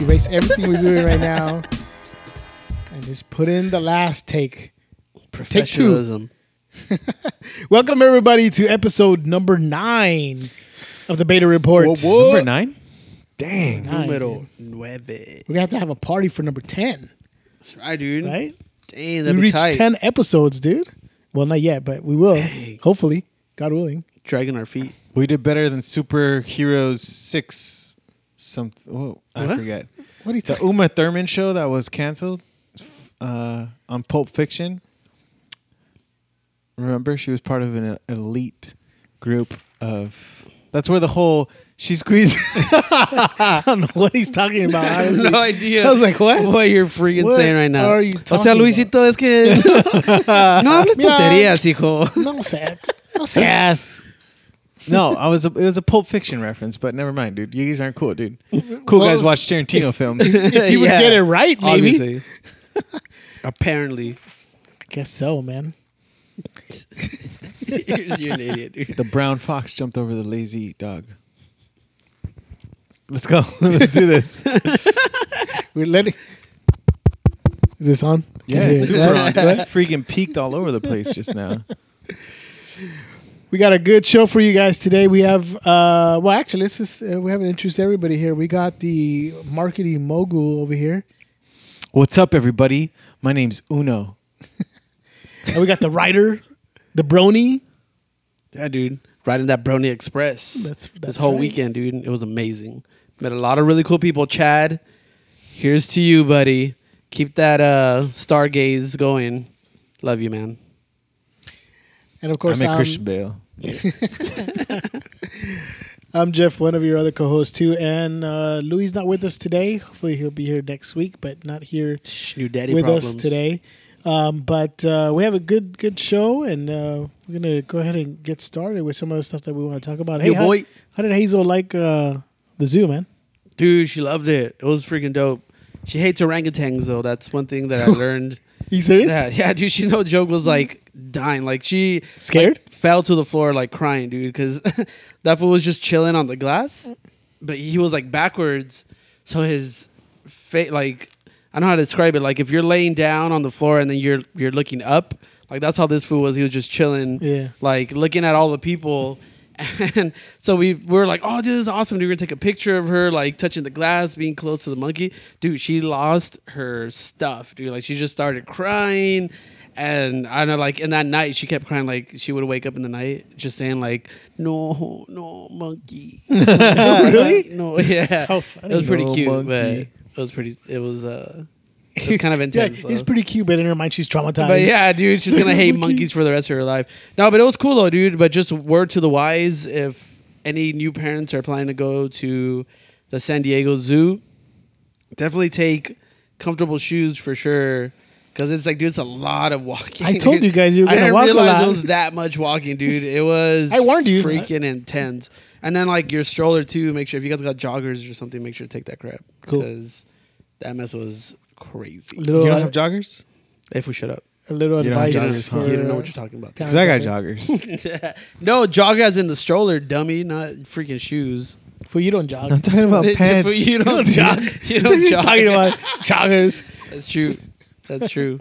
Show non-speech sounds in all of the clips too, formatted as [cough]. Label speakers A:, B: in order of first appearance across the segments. A: erase everything we're doing right now and just put in the last take.
B: Professionalism.
A: Welcome everybody to episode number nine of the Beta Report.
C: Number nine? Dang.
A: Nine, dude.
B: Numero nueve.
A: We're gonna have to have a party for number ten,
B: That's right, dude.
A: right?
B: Dang,
A: We
B: that'd be
A: reached
B: tight.
A: ten episodes, dude. Well, not yet, but we will. Hopefully, God willing.
B: Dragging our feet.
C: We did better than Superheroes 6 something. Whoa, I
B: What?
C: forget.
A: What are you
C: The
A: talking?
C: Uma Thurman show that was canceled uh, on Pulp Fiction. Remember, she was part of an elite group of. That's where the whole. She squeezed.
A: [laughs]
C: [laughs]
A: I don't know what he's talking about.
B: I have
A: Honestly,
B: [laughs] no idea.
A: I was like, what?
B: [laughs] What you're freaking
A: What
B: saying right now?
A: are you
B: o sea,
A: talking
B: Luisito,
A: [laughs]
B: es que no hables
A: Mira.
B: tonterías, hijo.
A: No sad. No
B: [laughs]
A: sass.
C: no, I was. A, it was a Pulp Fiction reference, but never mind, dude. You guys aren't cool, dude. Cool
A: Well,
C: guys watch Tarantino films.
A: If you would
B: Yeah.
A: get it right, maybe. [laughs]
B: Obviously. Apparently, [laughs]
A: I guess so, man.
B: you're, you're an idiot, dude.
C: The brown fox jumped over the lazy dog. Let's go. [laughs] Let's do this.
A: We're letting. Is this on?
C: Yeah,
A: Can you
C: it's
A: hear
C: super [laughs]
A: it?
C: on.
A: What?
C: Freaking peaked all over the place just now.
A: We got a good show for you guys today. We have, uh, well, actually, let's just, uh, we haven't introduced everybody here. We got the marketing mogul over here,
C: What's up, everybody? My name's Uno.
A: and we got the writer, the brony.
B: Yeah, dude. Riding that Brony Express.
A: That's- that's
B: this whole
A: right.
B: weekend, dude. It was amazing. Met a lot of really cool people. Chad, here's to you, buddy. Keep that uh, stargaze going. Love you, man.
A: And of
C: I'm
A: course, I'm,
C: Christian Bale.
A: I'm Jeff, one of your other co hosts, too. And uh, Louis not with us today. Hopefully, he'll be here next week, but not here
B: Shh, new daddy
A: with
B: problems
A: us today. Um, but uh, we have a good good show, and uh, we're gonna go ahead and get started with some of the stuff that we want to talk about. Hey,
B: Yo,
A: how,
B: boy.
A: how did Hazel like uh, the zoo, man?
B: Dude, she loved it. It was freaking dope. She hates orangutans though. That's one
A: [laughs]
B: thing that I learned.
A: You serious?
B: yeah, yeah, dude. She no joke was like dying. Like she
A: Scared?
B: like, fell to the floor like crying, dude, because [laughs] that fool was just chilling on the glass, but he was like backwards, so his face like I don't know how to describe it. Like if you're laying down on the floor and then you're you're looking up, like that's how this fool was. He was just chilling,
A: Yeah.
B: like looking at all the people. And so we, we were like, oh, dude, this is awesome. Dude, we're gonna take a picture of her, like touching the glass, being close to the monkey. Dude, she lost her stuff, dude. Like she just started crying. And I know, like, in that night, she kept crying. Like, she would wake up in the night just saying, like, no, no, monkey. really? No, yeah.
A: How
B: It was
A: funny.
B: pretty
C: No
B: cute,
C: monkey.
B: but it was pretty, it was, uh, it was kind
A: [laughs]
B: of
A: Yeah,
B: intense.
A: he's
B: though.
A: pretty cute, but in her mind, she's traumatized.
B: But yeah, dude,
A: [laughs]
B: she's gonna hate
A: Monkey.
B: monkeys for the rest of her life. No, but it was cool though, dude. But just word to the wise, if any new parents are planning to go to the San Diego Zoo, definitely take comfortable shoes for sure. Cause it's like, dude, it's a lot of walking.
A: I told
B: dude.
A: you guys you were
B: [laughs] I
A: gonna
B: didn't
A: walk a
B: realize
A: lot.
B: it was that much walking, dude. It
A: [laughs]
B: was.
A: I warned you.
B: Freaking intense. And then like your stroller too. Make sure if you guys got joggers or something, make sure to take that crap.
A: Cool.
B: Because that mess was crazy.
A: little,
C: You
A: uh,
C: don't have joggers?
B: If we shut up.
A: a little
C: You don't have
A: advice.
C: joggers, huh?
A: for-
B: You don't know what you're talking about.
C: Because I got joggers. [laughs]
B: no, jogger as in the stroller, dummy, not freaking shoes.
A: For you don't
B: [laughs]
A: jog. [laughs]
C: I'm talking about
B: If
C: pants.
B: [laughs]
A: You [laughs]
B: you don't
A: don't jog.
B: jog. You don't
A: He's
B: jog.
A: talking about
B: [laughs]
A: joggers.
B: That's true.
A: [laughs]
B: That's true.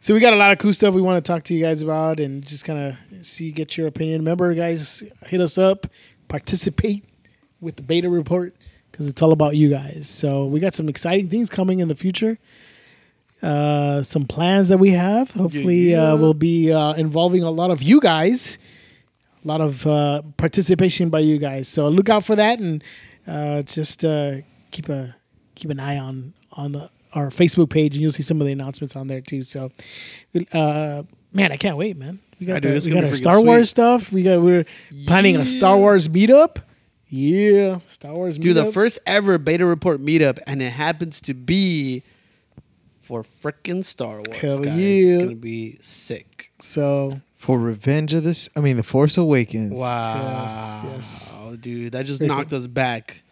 A: So we got a lot of cool stuff we want to talk to you guys about, and just kind of see get your opinion. Remember, guys, hit us up, participate with the beta report because it's all about you guys. So we got some exciting things coming in the future. Uh, some plans that we have. Hopefully,
B: yeah.
A: Uh, will be uh, involving a lot of you guys, a lot of uh, participation by you guys. So look out for that, and uh, just uh, keep a keep an eye on on the, our Facebook page, and you'll see some of the announcements on there too. So, uh, man, I can't wait, man. We
B: I
A: got,
B: do.
A: the-
B: It's
A: we
B: gonna
A: got
B: be
A: our
B: freaking
A: Star Wars
B: sweet.
A: stuff. We got we're planning a Star Wars meetup. Yeah, Star Wars.
B: Dude,
A: meetup.
B: the first ever beta report meetup, and it happens to be for freaking Star Wars.
A: Hell
B: guys.
A: yeah.
B: It's gonna be sick.
A: So
C: For Revenge of this, I mean, The Force Awakens.
B: Wow.
A: Yes, yes.
B: dude, that just
A: Very
B: knocked us back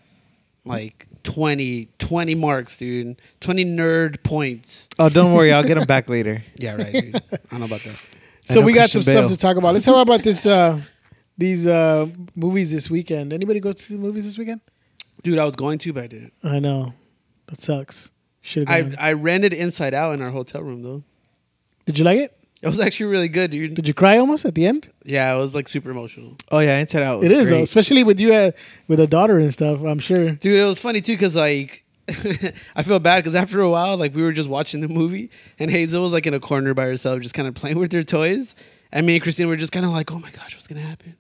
B: like 20, 20 marks, dude. 20 nerd points.
C: Oh, don't worry. [laughs] I'll get them back later.
B: Yeah,
A: [laughs]
B: right, dude. I don't know about that.
A: so
C: know
A: we got
C: Christian
A: some
C: Bale.
A: stuff to talk about. Let's talk about this. Uh, these uh, movies this weekend. Anybody go to the movies this weekend?
B: Dude, I was going to, but I didn't.
A: I know. That sucks. Should have.
B: I, I rented Inside Out in our hotel room though.
A: Did you like it?
B: It was actually really good, dude.
A: Did you cry almost at the end?
B: yeah, it was like super emotional,
C: Oh yeah, Inside Out. Was
A: it is
C: great.
A: though, especially with you uh, with a daughter and stuff. I'm sure.
B: dude. It was funny too because like [laughs] I feel bad because after a while, like we were just watching the movie and Hazel was like in a corner by herself, just kind of playing with her toys, and me and Christine were just kind of like, oh my gosh, what's gonna happen?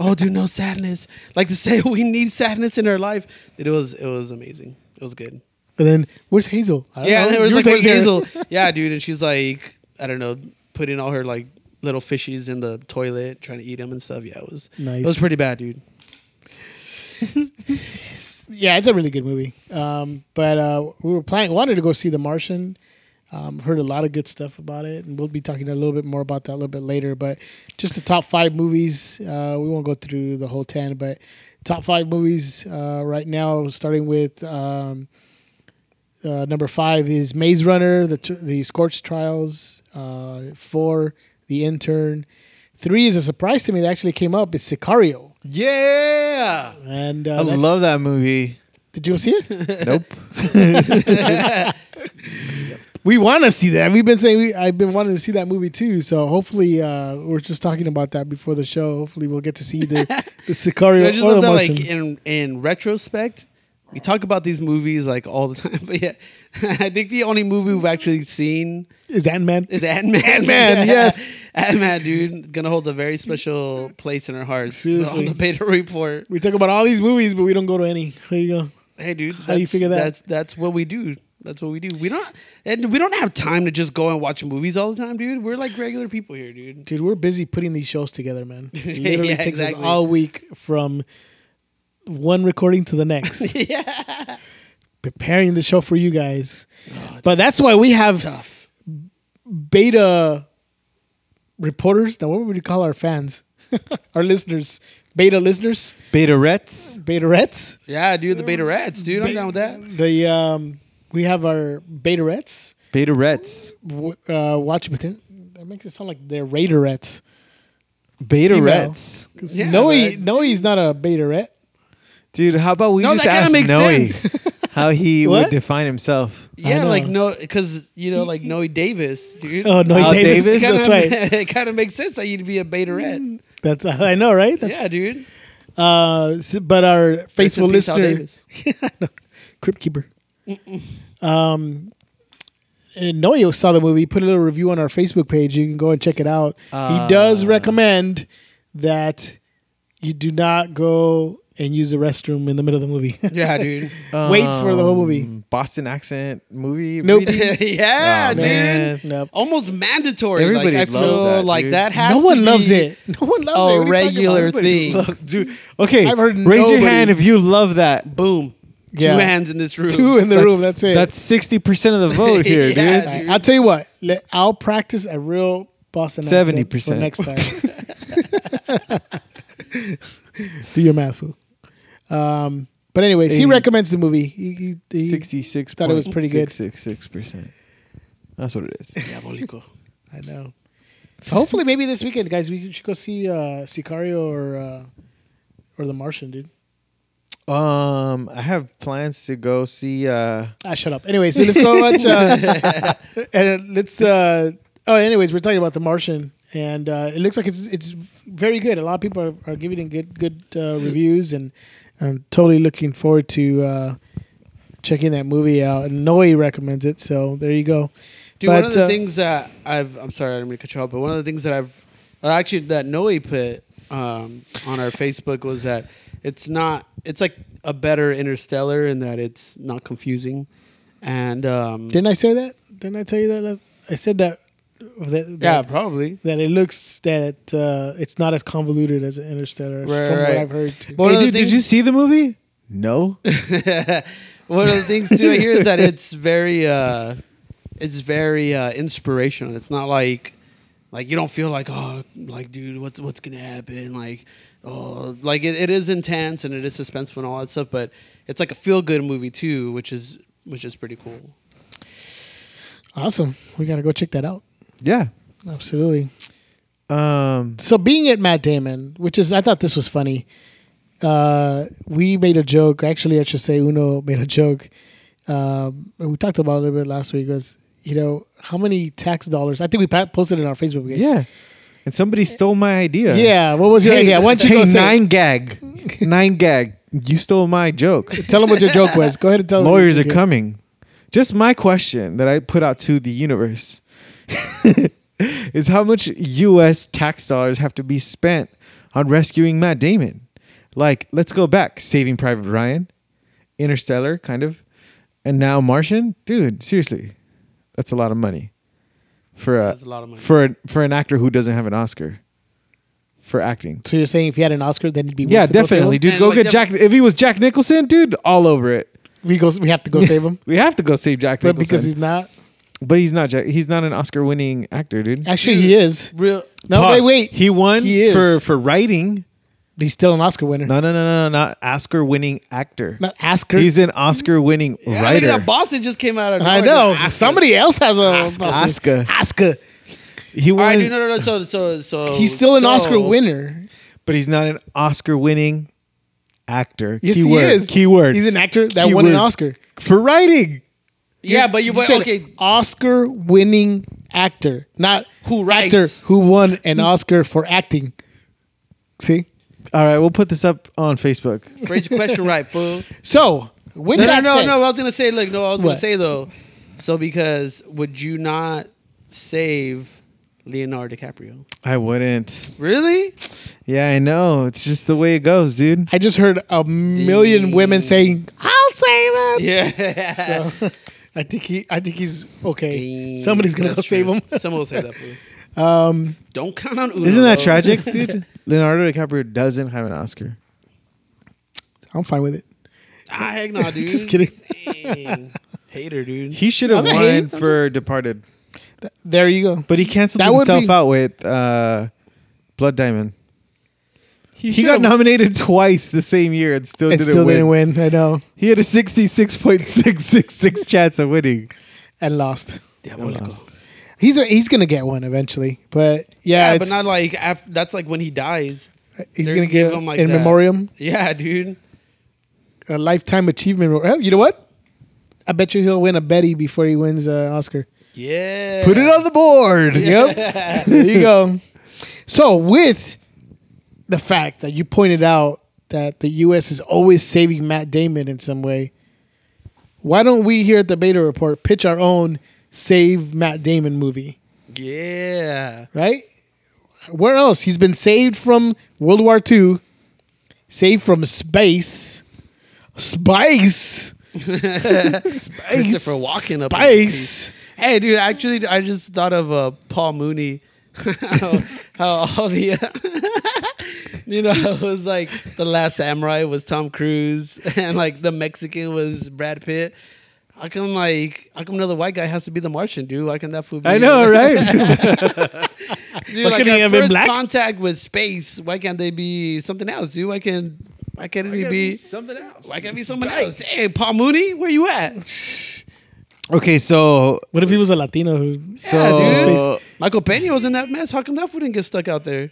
B: oh, dude, no sadness. Like to say [laughs] we need sadness in our life. It was it was amazing. It was good.
A: And then where's Hazel? I don't
B: Yeah,
A: know.
B: and it was
A: You were
B: like where's
A: taking
B: Hazel?
A: care- [laughs]
B: yeah, dude, and she's like, I don't know, putting all her like little fishies in the toilet, trying to eat them and stuff. Yeah, it was
A: Nice.
B: It was pretty bad, dude.
A: yeah, it's a really good movie. Um, but uh, we were planning, wanted to go see The Martian. Um, heard a lot of good stuff about it, and we'll be talking a little bit more about that a little bit later. But just the top five movies, uh, we won't go through the whole ten, but top five movies uh, right now, starting with um, uh, number five is Maze Runner, the tr- the Scorch Trials, uh, four, The Intern, three is a surprise to me that actually came up. It's Sicario,
C: Yeah,
A: and uh,
C: I
A: that's-
C: love that [laughs] movie.
A: Did you see it?
C: nope.
A: we want to see that. We've been saying we, I've been wanting to see that movie too. So hopefully, uh, we we're just talking about that before the show. Hopefully, we'll get to see
B: [laughs]
A: the the
B: I
A: Sicario
B: just
A: or the
B: love that,
A: Martian.
B: like in in retrospect, we talk about these movies like all the [laughs] time, but yeah, I think the only movie we've actually seen
A: is Ant Man?
B: is Ant Man. [laughs]
A: Ant-Man, yes.
B: Ant Man, dude, gonna hold a very special place in our hearts.
A: Seriously.
B: [laughs] on the beta report.
A: We talk about all these movies, but we don't go to any. There you go.
B: Hey, dude. That's,
A: do you figure that?
B: That's that's what we do. That's what we do. We don't and we don't have time to just go and watch movies all the time, dude. We're like regular people
A: [laughs]
B: here, dude.
A: Dude, we're busy putting these shows together,
B: [laughs]
A: man. It literally
B: Yeah,
A: takes
B: exactly.
A: us all week from one recording to the next.
B: yeah.
A: Preparing the show for you guys. but that's why we have
B: Tough.
A: beta reporters. Now, what would you call our fans? [laughs] our listeners. Beta listeners.
C: Beta Rets.
A: Beta rets.
B: Yeah, dude, the beta rats, dude. I'm down with that.
A: The um, we have our Betarettes
C: Beta Rets.
A: w- uh, watch, but they're- that makes it sound like they're Raiderettes.
C: Beta
A: Female.
C: Rets.
A: 'Cause
B: Yeah,
A: Noe,
B: but-
A: Noe is not a Betaret.
C: Dude, how about we
B: No,
C: just
B: that kinda
C: ask
B: makes
C: Noe
B: sense.
C: [laughs] how he
A: What?
C: would define himself?
B: Yeah,
A: know.
B: like no, because you know, like Noe Davis, dude. [laughs]
A: Oh, Noe
C: Al
A: Davis.
C: Davis?
A: That's right.
B: it kind of makes sense that you'd be a beta rat.
A: That's I know, right? That's,
B: Yeah, dude.
A: Uh, s- but our faithful
B: Rest in peace, Al
A: listener,
B: Davis.
A: Crypt Keeper. Um, and Noe saw the movie. Put a little review on our Facebook page. You can go and check it out.
B: Ah.
A: he does recommend that you do not go and use the restroom in the middle of the movie. [laughs]
B: Yeah, dude. [laughs]
A: Wait for the whole
C: Um,
A: movie.
C: Boston accent movie.
A: Nope. [laughs]
C: reading?
B: yeah,
C: Aw,
B: dude.
C: man.
A: Nope.
B: Almost mandatory.
C: Everybody
B: like, I
C: loves
B: feel
C: that,
B: like
C: dude.
B: that has
A: No
B: to
A: one
B: be
A: loves it. [laughs] No one loves it. What are
B: a
A: you talking about?
B: regular thing.
C: Look, dude. Okay,
A: I've heard
C: raise your
A: nobody-
C: hand if you love that.
B: Boom.
A: Yeah.
B: Two hands in this room.
A: Two in the room. That's it.
C: That's sixty percent of the
B: [laughs]
C: vote here,
B: Yeah,
C: dude.
A: All right, I'll tell you what. Let, I'll practice a real Boston accent
C: 70%.
A: for next time. [laughs] Do your math, fool. Um, but anyways, he
C: Eighty-
A: recommends the movie. He, he, he-
C: Sixty-six.
A: Thought it was pretty good.
C: percent. That's what it is.
B: Diabolico.
A: I know. So hopefully, maybe this weekend, guys, we should go see uh, Sicario or uh, or The Martian, dude.
C: Um, I have plans to go see. uh
A: Ah, shut up. Anyway, so let's
B: [laughs]
A: go watch. Uh, and let's. Uh, oh, anyways, we're talking about The Martian, and uh, it looks like it's it's very good. A lot of people are, are giving it good good uh, reviews, and I'm totally looking forward to uh, checking that movie out. And Noe recommends it, so there you go.
B: Dude, one of the
A: uh,
B: things that I've, I'm sorry, I didn't mean to cut you off, but one of the things that I've, uh, actually, that Noe put um, on our Facebook was that it's not, it's like a better Interstellar in that it's not confusing. And, um,
A: didn't I say that? Didn't I tell you that? last- I said that. that
B: yeah,
A: that,
B: probably.
A: that it looks that uh, it's not as convoluted as Interstellar,
B: Right,
A: from
B: right.
A: what I've heard. Too.
B: One
C: hey,
B: of the
C: dude, did
B: things-
C: you see the
B: [laughs]
C: movie? No.
B: One of the things too I hear is that it's very uh it's very uh inspirational. It's not like like you don't feel like oh like dude what's what's gonna happen like oh like it, it is intense and it is suspenseful and all that stuff but it's like a feel good movie too which is which is pretty cool.
A: Awesome, we gotta go check that out.
C: Yeah.
A: Absolutely.
C: Um.
A: so being at Matt Damon, which is I thought this was funny. Uh, we made a joke. Actually, I should say Uno made a joke um, and we talked about it a little bit last week was you know how many tax dollars I think we pa- posted it on our Facebook page.
D: Yeah. And somebody stole my idea.
A: yeah. What was your idea? Why don't you
D: hey,
A: go say?
D: nine gag, nine gag. You stole my joke.
A: Tell them what your joke was. Go ahead and tell them.
D: Lawyers are
A: coming.
D: coming. Just my question that I put out to the universe [laughs] is how much U.S. tax dollars have to be spent on rescuing Matt Damon? Like, let's go back, Saving Private Ryan, Interstellar, kind of, and now Martian. Dude, seriously, that's a lot of money for a,
B: That's a lot of money.
D: for a, for an actor who doesn't have an Oscar for acting.
A: So you're saying if you had an Oscar, then it'd be worth
D: Yeah,
A: to go save
D: definitely,
A: him?
D: dude.
B: And,
D: Go
B: like,
D: get
B: def-
D: Jack. If he was Jack Nicholson, dude, all over it.
A: We go. We have to go save him,
D: [laughs] We have to go save Jack
A: but
D: Nicholson.
A: because he's not.
D: But he's not. Jack, he's not an Oscar-winning actor, dude.
A: Actually, he is.
B: Real.
A: No,
D: Pause.
A: wait, wait.
D: He won
A: He is.
D: for for writing.
A: He's still an Oscar winner,
D: No, no, no, no, no, not Oscar-winning actor.
A: not Oscar.
D: He's an Oscar-winning
B: Yeah, I think
D: writer.
B: that Boston just came out of.
A: I
B: nowhere.
A: know.
B: Oscar.
A: Somebody else has a Oscar.
D: Oscar.
A: Oscar.
D: he
B: All
D: won,
B: right, dude. No, no, no. So, so, so
A: He's still an
B: Oh, so-
A: Oscar winner.
D: but he's not an Oscar-winning actor.
A: Yes,
D: Keyword.
A: he is.
D: Keyword.
A: He's an actor that won an
D: Keyword.
A: Oscar.
D: for writing.
B: Yeah, but you. But,
A: said
B: okay.
A: Oscar winning actor, not
B: Who
A: actor
B: writes.
A: who won an Oscar for acting. See,
D: All right, we'll put this up on Facebook.
B: Phrase your question right, fool.
A: so with
B: No, no,
A: that
B: no,
A: said,
B: no. I was gonna say, look, no, I was
A: What?
B: gonna say though. So because would you not save Leonardo DiCaprio?
D: I wouldn't.
B: Really?
D: Yeah, I know. It's just the way it goes, dude.
A: I just heard a million women saying, "I'll save him."
B: Yeah.
A: So, I think he. I think he's okay.
B: Dang,
A: Somebody's gonna go
B: that's
A: save
B: true.
A: him.
B: Someone will save that fool.
A: [laughs] Um,
B: Don't count on Uno.
D: Isn't that
B: though.
D: tragic, [laughs] dude? Leonardo DiCaprio doesn't have an Oscar.
A: I'm fine with it.
B: Ah, heck nah, dude.
A: [laughs] Just kidding.
B: Dang. Hater, dude.
D: He should have
A: I'm not
D: won
A: hating, I'm
D: for Departed,
A: There you go.
D: but he canceled
A: That would
D: himself
A: be-
D: out with uh, Blood Diamond. He, got
B: should've-
D: nominated twice the same year and still,
A: It
D: didn't,
A: still
D: win.
A: didn't win. I know.
D: He had a sixty-six point six six [laughs] six chance of winning.
A: And lost.
B: Diabolical.
A: He's a, he's gonna get one eventually, but yeah,
B: Yeah,
A: it's,
B: but not like after, that's like when he dies.
A: he's
B: they're
A: gonna
B: gonna give
A: give
B: him like
A: in
B: that.
A: memoriam
B: Yeah, dude.
A: a lifetime achievement. award. Oh, you know what? I bet you he'll win a Betty before he wins an
B: [laughs]
A: Oscar.
B: Yeah.
D: Put it on the board.
A: Yep. there you go. So with the fact that you pointed out that the US is always saving Matt Damon in some way, why don't we here at the Beta Report pitch our own save Matt Damon movie,
B: Yeah.
A: right? Where else? He's been saved from World War II, saved from space. Spice.
B: Christopher Walken up in
A: Spice.
B: Hey, dude. Actually, I just thought of uh, Paul Mooney. [laughs] how, how all the, [laughs] uh, you know, it was like the Last Samurai was Tom Cruise, [laughs] and like the Mexican was Brad Pitt. How come like how come another white guy has to be the Martian, dude? Why can't that fool? Be
D: I
A: [laughs]
D: know, right?
B: [laughs] Dude,
A: Why
B: like
A: couldn't he
B: our
A: have been
B: first
A: black?
B: contact with space. Why can't they be something else, dude? Why can why can't it be?
D: something else.
B: Why can't it be someone else? Hey, Paul Mooney, where you at? [laughs]
D: Okay, so
A: What if he was a Latino who
D: so Oh.
B: dude. Michael Pena was in that mess. How come that fool didn't get stuck out there?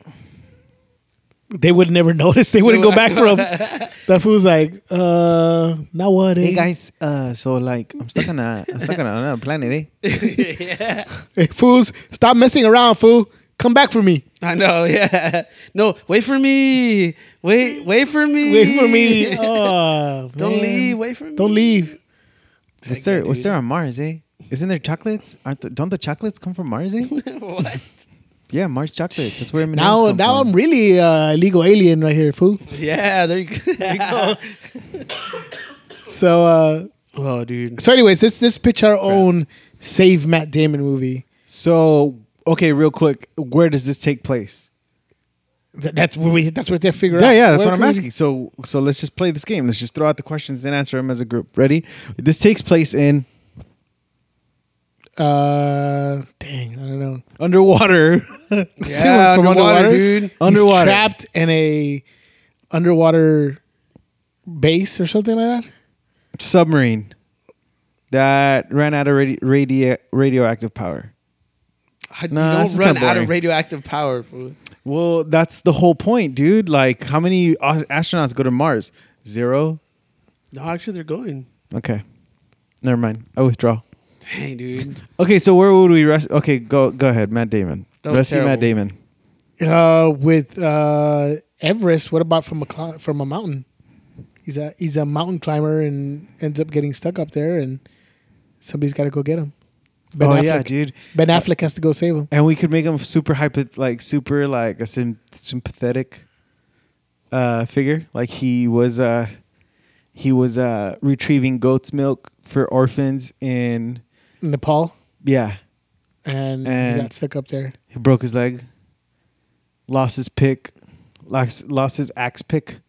A: they would never [laughs] notice. They wouldn't
B: They
A: go
B: would-
A: back for
B: [laughs]
A: him. That fool's like, uh, now what? Eh?
D: Hey guys, uh, so like I'm stuck on a I'm stuck on another planet, [laughs] eh?
B: yeah.
A: Hey, [laughs] fools, stop messing around, fool. Come back for
B: [laughs]
A: me.
B: I know, yeah. No, wait for me. Wait, wait for me.
A: Wait for me. Oh,
B: Don't
A: man.
B: leave. Wait for me.
A: Don't leave.
D: What's there? What's there on Mars, eh? Isn't there chocolates? Aren't the, don't the chocolates come from Mars,
B: [laughs]
D: eh?
B: what?
D: Yeah, Mars chocolates. That's where M&Ms
A: Now,
D: come
A: now
D: from.
A: I'm really uh, illegal alien right here, fool.
B: Yeah, there you go.
A: So, uh,
B: [laughs] oh, dude.
A: so anyways, let's let's pitch our own save Matt Damon movie.
D: So okay, real quick, where does this take place?
A: Th- That's where we. That's what they figure out.
D: Yeah, yeah, that's
A: Where
D: what I'm
A: can we-
D: asking. So so let's just play this game. Let's just throw out the questions and answer them as a group. Ready? This takes place in
A: Uh, dang, I don't know. [laughs] [laughs]
D: underwater. [laughs]
A: See him from underwater?
B: dude.
D: Underwater.
A: He's trapped in a underwater base or something like that.
D: submarine that ran out of radi- radio- radioactive power.
B: I-
D: Nah,
B: you
D: this
B: don't
D: is
B: run
D: kinda
B: out of
D: boring.
B: radioactive power, fool.
D: Well, that's the whole point, dude. Like, how many a- astronauts go to Mars? Zero.
B: No, actually, they're going.
D: Okay. Never mind. I withdraw.
B: Dang, dude.
D: Okay, so where would we rest? Okay, go go ahead, Matt Damon.
B: That was
D: Rescue Matt
B: terrible.
D: Damon.
A: Uh, with uh, Everest, what about from a cl- from a mountain? He's a he's a mountain climber and ends up getting stuck up there, and somebody's got to go get him. Ben
D: oh
A: Affleck.
D: yeah, dude.
A: Ben Affleck has to go save him.
D: And we could make him super hypo, like super like a sym- sympathetic uh, figure. Like he was uh he was uh retrieving goat's milk for orphans in
A: Nepal,
D: yeah.
A: and,
D: And-
A: he got stuck up there.
D: He broke his leg, lost his pick, lost, lost his axe pick,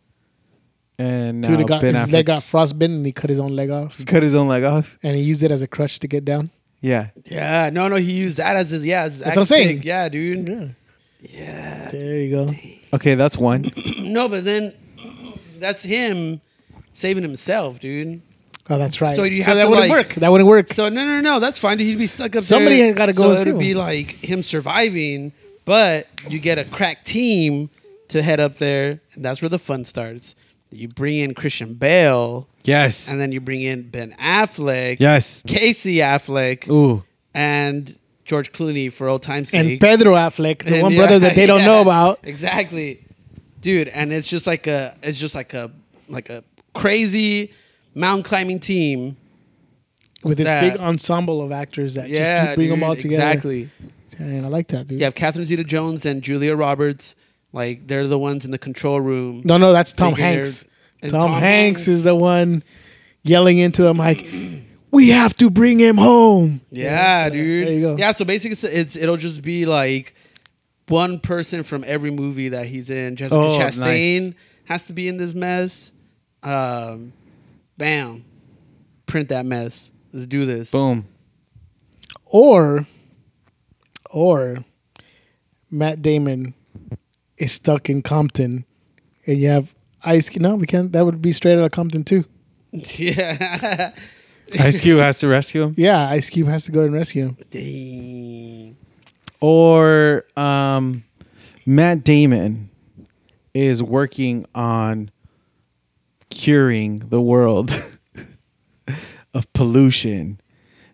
D: and now
A: Dude, it got,
D: Ben
A: his leg
D: Affleck
A: got frostbitten, and he cut his own leg off,
D: cut his own leg off.
A: and he used it as a crutch to get down.
D: Yeah,
B: Yeah, no, no, he used that as his yeah. As his
A: That's what I'm
B: axe
A: saying.
B: pick. Yeah, dude.
A: Yeah, yeah. There you go.
D: Okay,
B: [coughs]
D: that's one.
B: No, but then that's him saving himself, dude.
A: Oh, that's right.
B: So
A: So,
B: you have
A: that
B: to,
A: wouldn't
B: like-
A: work. That wouldn't work.
B: So no, no, no, that's fine. He'd be stuck up
A: Somebody
B: there.
A: had gotta go
B: So
A: and
B: it'd
A: save
B: be
A: him.
B: like him surviving, but you get a crack team to head up there, and that's where the fun starts. You bring in Christian Bale,
D: Yes,
B: and then you bring in Ben Affleck,
D: yes.
B: Casey Affleck,
D: Ooh,
B: and George Clooney for old time's sake.
A: and
B: [laughs]
A: Pedro Affleck, the
B: And
A: one
B: yeah,
A: brother that they don't know
B: [laughs] yeah,
A: about.
B: Exactly, dude. And it's just like a, it's just like a, like a crazy mountain climbing team.
A: with this
B: that.
A: big ensemble of actors that
B: Yeah,
A: just keep bring them
B: dude,
A: all together.
B: Exactly.
A: And I like that, dude.
B: You have Catherine Zeta-Jones and Julia Roberts. Like they're the ones in the control room.
A: No, no, that's Tom
B: Figured.
A: Hanks. Tom,
B: And Tom
A: Hanks
B: Hanks.
A: is the one yelling into them like, "We have to bring him home."
B: Yeah, dude.
A: There you go.
B: Yeah, so basically, it's, it's it'll just be like one person from every movie that he's in. Jessica
D: Oh,
B: Chastain
D: nice.
B: has to be in this mess. Um, bam, print that mess. Let's do this.
D: boom.
A: Or, or Matt Damon is stuck in Compton, and you have Ice. No, we can't. That would be straight out of Compton too.
B: [laughs] Yeah.
D: Ice Cube has to rescue him,
A: Yeah, Ice Cube has to go and rescue him.
B: Dang.
D: [laughs] or um, Matt Damon is working on curing the world [laughs] of pollution.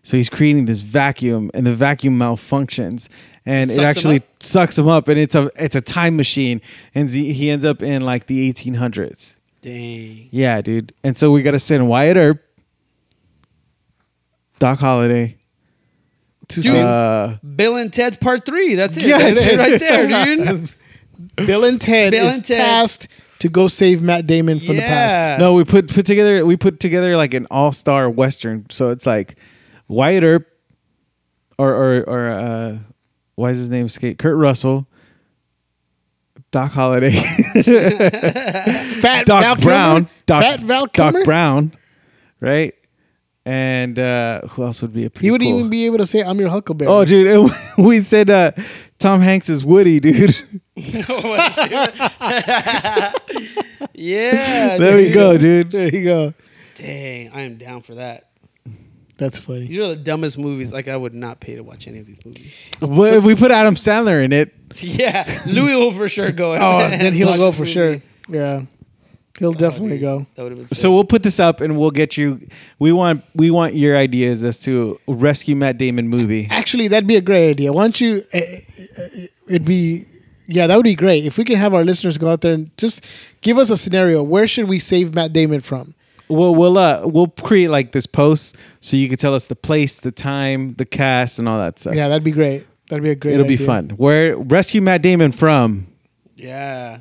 D: So he's creating this vacuum, and the vacuum malfunctions, and it
B: Sucks him
D: actually
B: up?
D: sucks him up, and it's a it's a time machine, and he he ends up in like the 1800s.
B: Dang.
D: Yeah, dude. And so we got to send Wyatt Earp, Doc Holliday.
A: To
B: Dude.
A: save
D: Uh,
B: Bill and Ted's Part Three. That's it.
A: Yeah,
B: That's
A: it
B: it right
A: is.
B: there,
A: [laughs]
B: dude.
A: Bill and Ted
B: Bill
A: is
B: and Ted.
A: tasked to go save Matt Damon from the past.
B: Yeah.
D: no, we put put together we put together like an all star western. So it's like Wyatt Earp, or or or uh, why is his name skate? Kurt Russell, Doc Holliday, [laughs]
A: Fat
D: Doc
A: Val
D: Brown,
A: Kilmer?
D: Doc,
A: Fat Val
D: Doc
A: Kilmer?
D: Brown, right? And uh, who else would be a pretty
A: He would
D: cool-
A: even be able to say, "I'm your Huckleberry."
D: Oh, dude, [laughs] we said uh, Tom Hanks is Woody, dude. [laughs]
B: Yeah.
A: [laughs]
D: there we
B: dude.
D: go, dude.
A: there you go.
B: Dang, I am down for that.
A: That's funny.
B: These are the dumbest movies. Like I would not pay to watch any of these movies. [laughs]
D: Well, if we put Adam Sandler in it,
B: yeah, Louis will for sure go.
A: Oh, then
B: [laughs]
A: he'll
B: watch
A: go
B: the
A: for
B: movie.
A: sure. Yeah, he'll definitely
B: dude.
A: go.
B: That would have been
D: so
B: so.
D: we'll put this up and we'll get you. We want we want your ideas as to rescue Matt Damon movie.
A: Actually, that'd be a great idea. Why don't you? Uh, uh, it'd be, yeah, that would be great if we could have our listeners go out there and just give us a scenario. Where should we save Matt Damon from?
D: We'll we'll uh, we'll create like this post so you can tell us the place, the time, the cast, and all that stuff.
A: Yeah, that'd be great. That'd be a great.
D: it'll be
A: idea.
D: fun. Where rescue Matt Damon from?
B: Yeah.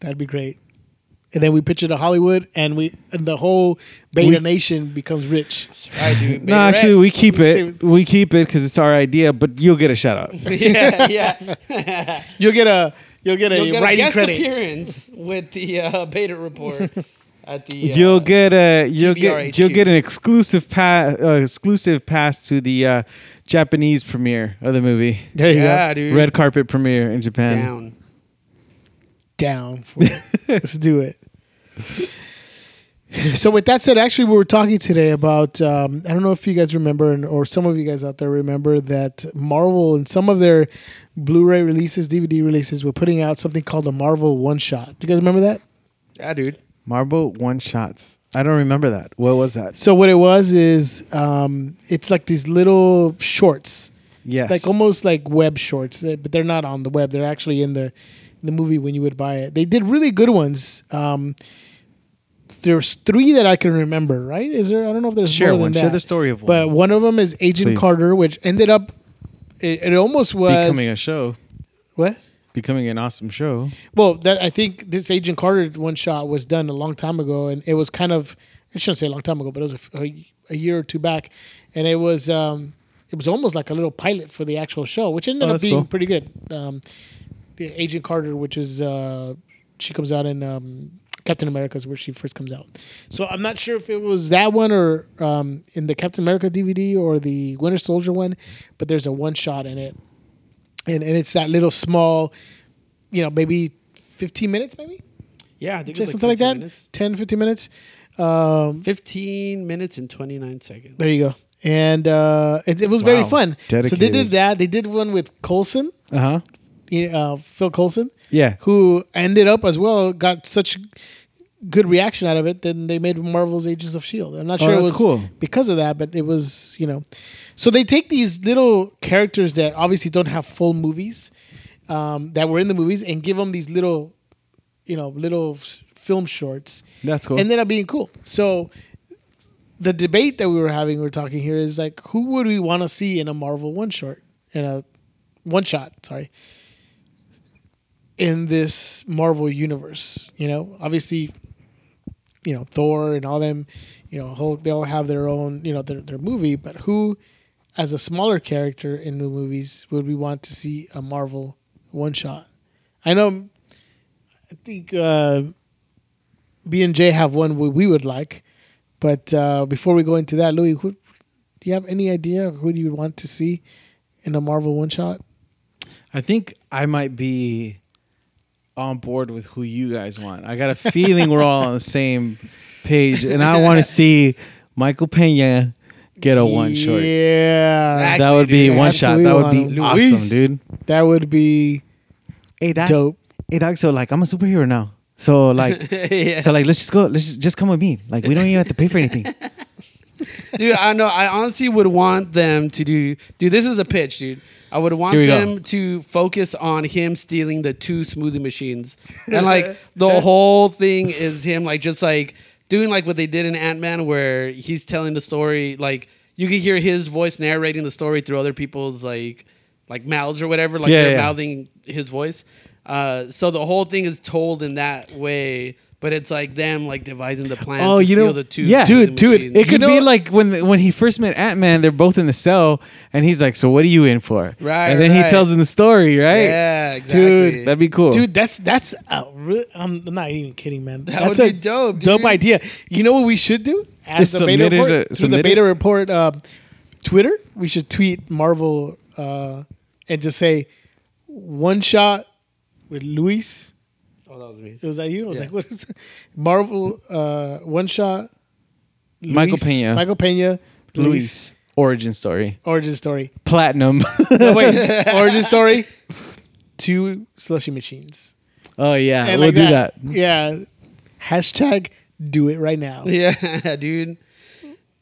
A: That'd be great. And then we pitch it to Hollywood, and we and the whole Beta
D: We-
A: Nation becomes rich.
B: All right, dude.
D: No, actually, we keep
A: We
D: it.
A: should-
D: We keep it because it's our idea. But you'll get a shout
B: [laughs] [laughs]
D: out.
B: yeah,
D: [laughs]
B: yeah.
A: You'll get a you'll get a
B: You'll get a
A: writing
B: guest
A: credit.
B: appearance with the uh, beta
D: [laughs]
B: report at the. Uh,
D: you'll get a you'll get
B: TBRHQ.
D: you'll get an exclusive pass uh, exclusive pass to the uh, Japanese premiere of the movie,
A: There you
B: Yeah,
A: go.
B: dude.
D: red carpet premiere in Japan.
B: down.
A: Down. For it. Let's do it. So with that said, actually, we were talking today about um, I don't know if you guys remember, and, or some of you guys out there remember that Marvel and some of their Blu-ray releases, DVD releases, were putting out something called a Marvel One Shot. Do you guys remember that?
B: Yeah, dude.
D: Marlboro one shots. I don't remember that. What was that?
A: So what it was is um, it's like these little shorts,
D: Yes.
A: like almost like web shorts, that- but they're not on the web. They're actually in the the movie when you would buy it. They did really good ones. Um, there's three that I can remember. Right? Is there? I don't know if there's
D: Share
A: more than
D: one.
A: that.
D: Share the story of one.
A: But one of them is Agent
D: Please.
A: Carter, which ended up it, it almost was
D: becoming a show,
A: what?
D: becoming an awesome show.
A: Well, that I think this Agent Carter one shot was done a long time ago, and it was kind of I shouldn't say a long time ago, but it was a f- a, a year or two back, and it was um, it was almost like a little pilot for the actual show, which ended
D: Oh,
A: up
D: that's
A: being
D: cool.
A: pretty good. Um, the Agent Carter, which is uh, she comes out in um, Captain America, is where she first comes out. So I'm not sure if it was that one or um, in the Captain America DVD or the Winter Soldier one, but there's a one shot in it, and and it's that little small, you know, maybe 15 minutes, maybe
B: Yeah, I think it was
A: something like
B: 15
A: that.
B: Minutes.
A: 10, 15 minutes. Um,
B: Fifteen minutes and twenty nine seconds.
A: there you go. And uh, it, it was very
D: Wow.
A: fun. So they did
D: Dedicated.
A: that. They did one with Colson,
D: Uh huh.
A: uh, Phil Colson.
D: Yeah.
A: who ended up as well got such good reaction out of it. Then they made Marvel's Agents of Shield. E I'm not
D: Oh,
A: sure it
D: that's
A: was
D: cool.
A: because of that, but it was you know. So they take these little characters that obviously don't have full movies um, that were in the movies and give them these little, you know, little s- film shorts.
D: That's cool.
A: And ended up being cool. So the debate that we were having, we were talking here is like, who would we want to see in a Marvel one short, in a one shot? Sorry, in this Marvel universe, you know, obviously, you know Thor and all them, you know, Hulk. They all have their own, you know, their their movie. But who, as a smaller character in the movies, would we want to see a Marvel one shot? I know. I think. Uh, B and J have one we, we would like. But uh, before we go into that, Louis, who, do you have any idea who do you want to see in a Marvel one shot?
D: I think I might be on board with who you guys want. I got a feeling we're all on the same page, and I
A: [laughs]
D: want to see Michael Pena get a one short.
A: Yeah,
D: That would be
B: dude.
D: one shot.
A: Absolutely
D: That would be
B: want him. Luis.
D: awesome, dude.
A: that would be
D: Hey, that,
A: dope.
D: hey, dog. So like, I'm a superhero now.
A: [laughs]
B: [laughs]
D: So like, so like, let's just go. Let's just, just come with me. Like, we don't even have to pay for anything.
B: dude. I know. I honestly would want them to do. Dude, this is a pitch, dude. I would want
D: Here we go.
B: them to focus on him stealing the two smoothie machines,
D: [laughs]
B: and like the whole thing is him like just like doing like what they did in Ant Man, where he's telling the story. Like you can hear his voice narrating the story through other people's like like mouths or whatever. Like
D: Yeah,
B: they're
D: yeah.
B: mouthing his voice. Uh, so the whole thing is told in that way. But it's like them like devising the plan
D: Oh,
B: to
D: you
B: steal
D: know-
B: the two.
D: yeah.
B: smoothie
D: Dude,
A: dude,
B: machines.
D: It could
A: You
D: be
A: know-
D: like when when he first met Ant Man, they're both in the cell, and he's like, "So what are you in for?"
B: Right,
D: and then he
B: right.
D: tells him the story, right?
B: Yeah, exactly.
A: Dude,
D: that'd be cool,
A: Dude, that's that's a re- I'm not even kidding, man.
B: That
A: that's
B: would
A: a
B: be dope, dude.
A: dope idea. You know what we should do? As
D: Is
A: the beta
D: submit it,
A: report,
D: uh,
A: to the
D: submit
A: beta
D: it?
A: report uh, Twitter, we should tweet Marvel uh, and just say one shot with Luis.
B: Oh, that was me.
A: Was that you? I was
B: Yeah.
A: like, [laughs] what is Marvel uh, one shot?
D: Michael
A: Luis-
D: Peña.
A: Michael Pena. Luis.
D: Luis origin story,
A: Origin story.
D: platinum. [laughs]
A: No, wait. Origin story. Two slushy machines.
D: oh yeah,
A: And
D: we'll
A: like
D: do that.
A: Yeah. Hashtag do it right now.
B: Yeah, [laughs] dude.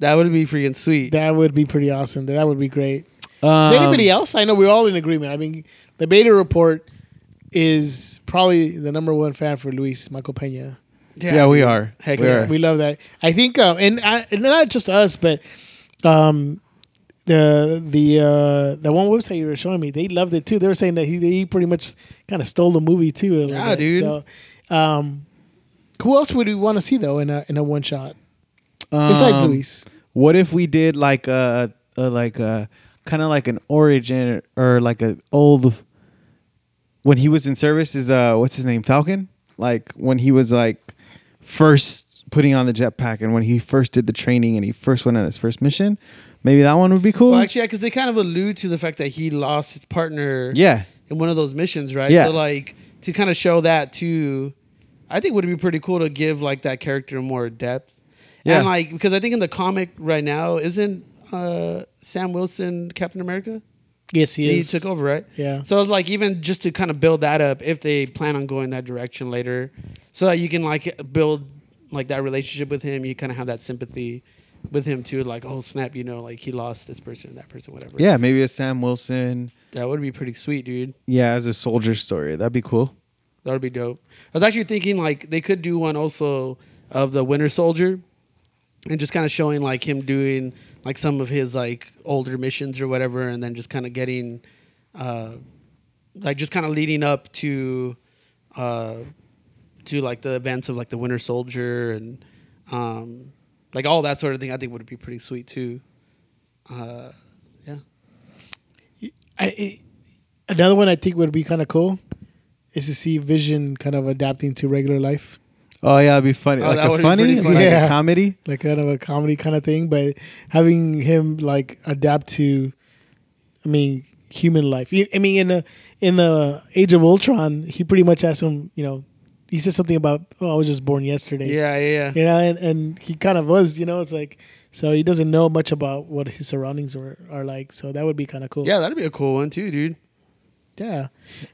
B: That would be freaking sweet.
A: That would be pretty awesome. That would be great. Is
D: Um,
A: anybody else? I know we're all in agreement. I mean, the beta report is probably the number one fan for Luis Michael Pena.
D: Yeah, we are.
B: Heck
D: we
B: yeah.
D: are.
A: We love that. I think, um, and, I, and not just us, but um, the the uh, the one website you were showing me, they loved it too. They were saying that he, he pretty much kind of stole the movie too. a little
B: Yeah,
A: bit.
B: dude.
A: So, um, who else would we want to see though in a in a one shot besides
D: Um,
A: Luis?
D: What if we did like a, a like a kind of like an origin or, or like an old when he was in service is uh what's his name Falcon? Like when he was like first putting on the jetpack and when he first did the training and he first went on his first mission. Maybe that one would be cool.
B: Well, actually, yeah, because they kind of allude to the fact that he lost his partner
D: yeah.
B: in one of those missions, right?
D: Yeah.
B: So, like, to kind of show that too, I think would be pretty cool to give, like, that character more depth.
D: Yeah.
B: And, like, because I think in the comic right now, isn't uh, Sam Wilson Captain America?
A: Yes, he
B: he
A: is.
B: took over, right?
A: Yeah.
B: So it's like even just to kind of build that up, if they plan on going that direction later, so that you can like build like that relationship with him, you kind of have that sympathy with him too. Like, oh snap, you know, like he lost this person, that person, whatever.
D: Yeah, maybe a Sam Wilson.
B: that would be pretty sweet, dude.
D: Yeah, as a soldier story, that'd be cool.
B: That would be dope. I was actually thinking like they could do one also of the Winter Soldier, and just kind of showing like him doing like some of his like older missions or whatever, and then just kind of getting, uh, like just kind of leading up to, uh, to like the events of like the Winter Soldier and, um, like all that sort of thing. I think would be pretty sweet too. Uh, yeah,
A: I, I- another one I think would be kind of cool is to see Vision kind of adapting to regular life,
D: Oh yeah, that'd be funny.
B: Oh,
D: like
B: that would be
D: a funny,
B: pretty
A: funny.
D: like
A: Yeah.
D: a comedy.
A: like kind of a comedy kind of thing, but having him like adapt to, I mean, human life. You- I mean, in the in the Age of Ultron, he pretty much asked him, you know, he said something about, "Oh, I was just born yesterday."
B: yeah, yeah. yeah.
A: you know, and, and he kind of was, you know, it's like so he doesn't know much about what his surroundings were are like. So that would be kind of cool.
B: Yeah, that'd be a cool one too, dude.
A: yeah.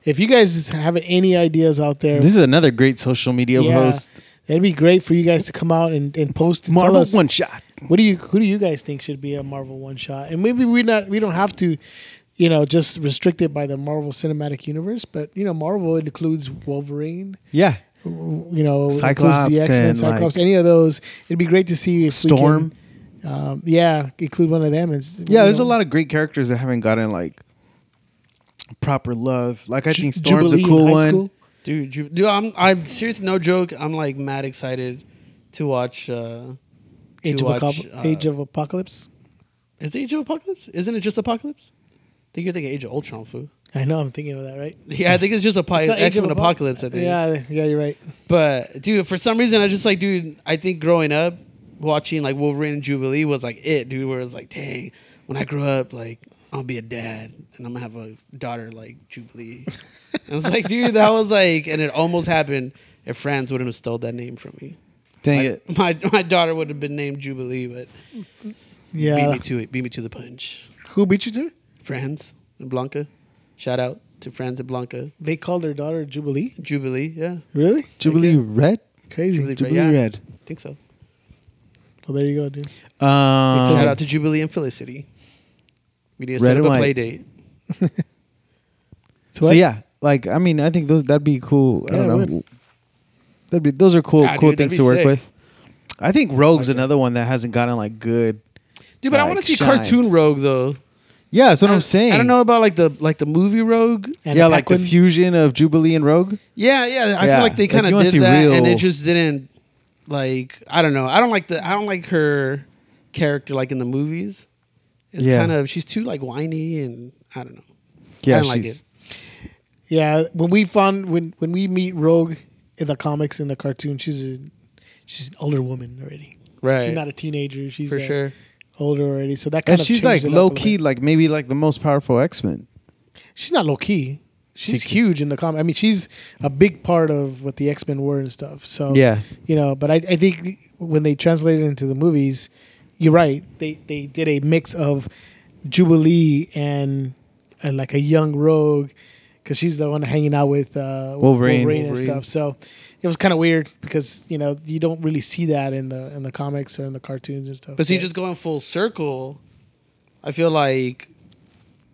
A: If you guys have any ideas out there,
D: This is another great social media
A: Yeah.
D: post.
A: that'd be great for you guys to come out and, and post and tell
D: Marvel
A: us
D: one shot.
A: what do you who do you guys think should be a Marvel one shot, and maybe we not we don't have to. You know, just restrict it by the Marvel Cinematic Universe, but you know, Marvel includes Wolverine.
D: Yeah,
A: You know, includes
D: Cyclops
A: the X Men,
D: and, like,
A: Cyclops, any of those. It'd be great to see if
D: Storm.
A: We can, um, yeah, include one of them. And s-
D: Yeah,
A: you
D: there's
A: know.
D: a lot of great characters that haven't gotten like proper love. Like I
A: Ju-
D: think Storm's
A: Jubilee
D: a
A: in
D: cool
A: high
D: one.
A: school?
B: Dude, you, dude, I'm I'm serious, no joke. I'm like mad excited to watch. Uh, to
A: Age of,
B: watch,
A: Apocalypse.
B: uh,
A: Age of Apocalypse.
B: is it Age of Apocalypse? Isn't it just Apocalypse? I think you're thinking Age of Ultron, fool.
A: I know I'm thinking of that, right?
B: [laughs] Yeah, I think it's just a
A: It's not Age of
B: X Men
A: Apo-
B: Oh, Apocalypse. I think.
A: Yeah, yeah, you're right.
B: But dude, for some reason, I just like, dude. I think growing up, watching like Wolverine and Jubilee was like it, dude. Where it was like, dang, when I grow up, like I'll be a dad and I'm gonna have a daughter like
A: [laughs]
B: Jubilee. I was like, dude, that was like, and it almost happened. If Franz wouldn't have stole that name from me,
D: Dang
B: my, [laughs]
D: it!
B: my my daughter would have been named Jubilee, but beat
A: Yeah.
B: me to it. Beat me to the punch.
A: Who beat you to? it?
B: Franz and Blanca. Shout out to Franz and Blanca.
A: They called their daughter Jubilee.
B: Jubilee, yeah.
A: Really?
D: Jubilee Red,
A: Crazy.
B: Jubilee,
D: Jubilee
B: yeah.
D: Red.
B: I think so.
A: Well, there you go, dude.
D: Um,
B: Shout out to Jubilee and Felicity. We need to
D: Red
B: set
D: and
B: up a
D: white.
B: play date.
D: so
A: what?
D: yeah, like I mean, I think those that'd be cool.
A: Yeah,
D: I
A: it
D: don't know.
A: would.
D: That'd be those are cool,
B: Yeah,
D: cool
B: dude, that'd
D: things
B: be
D: to work
B: sick.
D: with. I think Rogue's another one that hasn't gotten like good.
B: Dude, but I
D: Like,
B: want to see
D: shine.
B: cartoon Rogue though.
D: Yeah, that's what I'm
B: I-
D: saying.
B: I don't know about like the like the movie Rogue.
A: Anna
D: yeah, like the
A: Paquin.
D: fusion of Jubilee and Rogue.
B: Yeah, yeah. I
D: Yeah,
B: feel like they
D: like,
B: kind
D: you
B: of
D: wanna see
B: did that, and it
D: real-
B: just didn't. Like I don't know. I don't like the. I don't like her character like in the movies. It's
D: Yeah.
B: kind of she's too like whiny and I don't know.
D: Yeah,
B: I don't like
D: she's-
B: it.
A: Yeah, when we found when when we meet Rogue in the comics in the cartoon, she's a she's an older woman already.
B: Right.
A: She's not a teenager. She's
B: for
A: uh,
B: sure.
A: older already. So that kind
D: and
A: of
D: she's
A: changes
D: like
A: it up a
D: low
A: little
D: key,
A: bit.
D: like maybe like the most powerful X Men.
A: She's not low key. She's
D: She's-
A: huge in the comic. I mean, she's a big part of what the X Men were and stuff. So
D: Yeah.
A: you know. But I, I think when they translated it into the movies, you're right. They they did a mix of Jubilee and and like a young Rogue, because she's the one hanging out with uh,
D: Wolverine.
A: and
B: Wolverine.
A: stuff. So it was kind of weird because you know you don't really see that in the in the comics or in the cartoons and stuff.
B: But see, just going full circle, I feel like,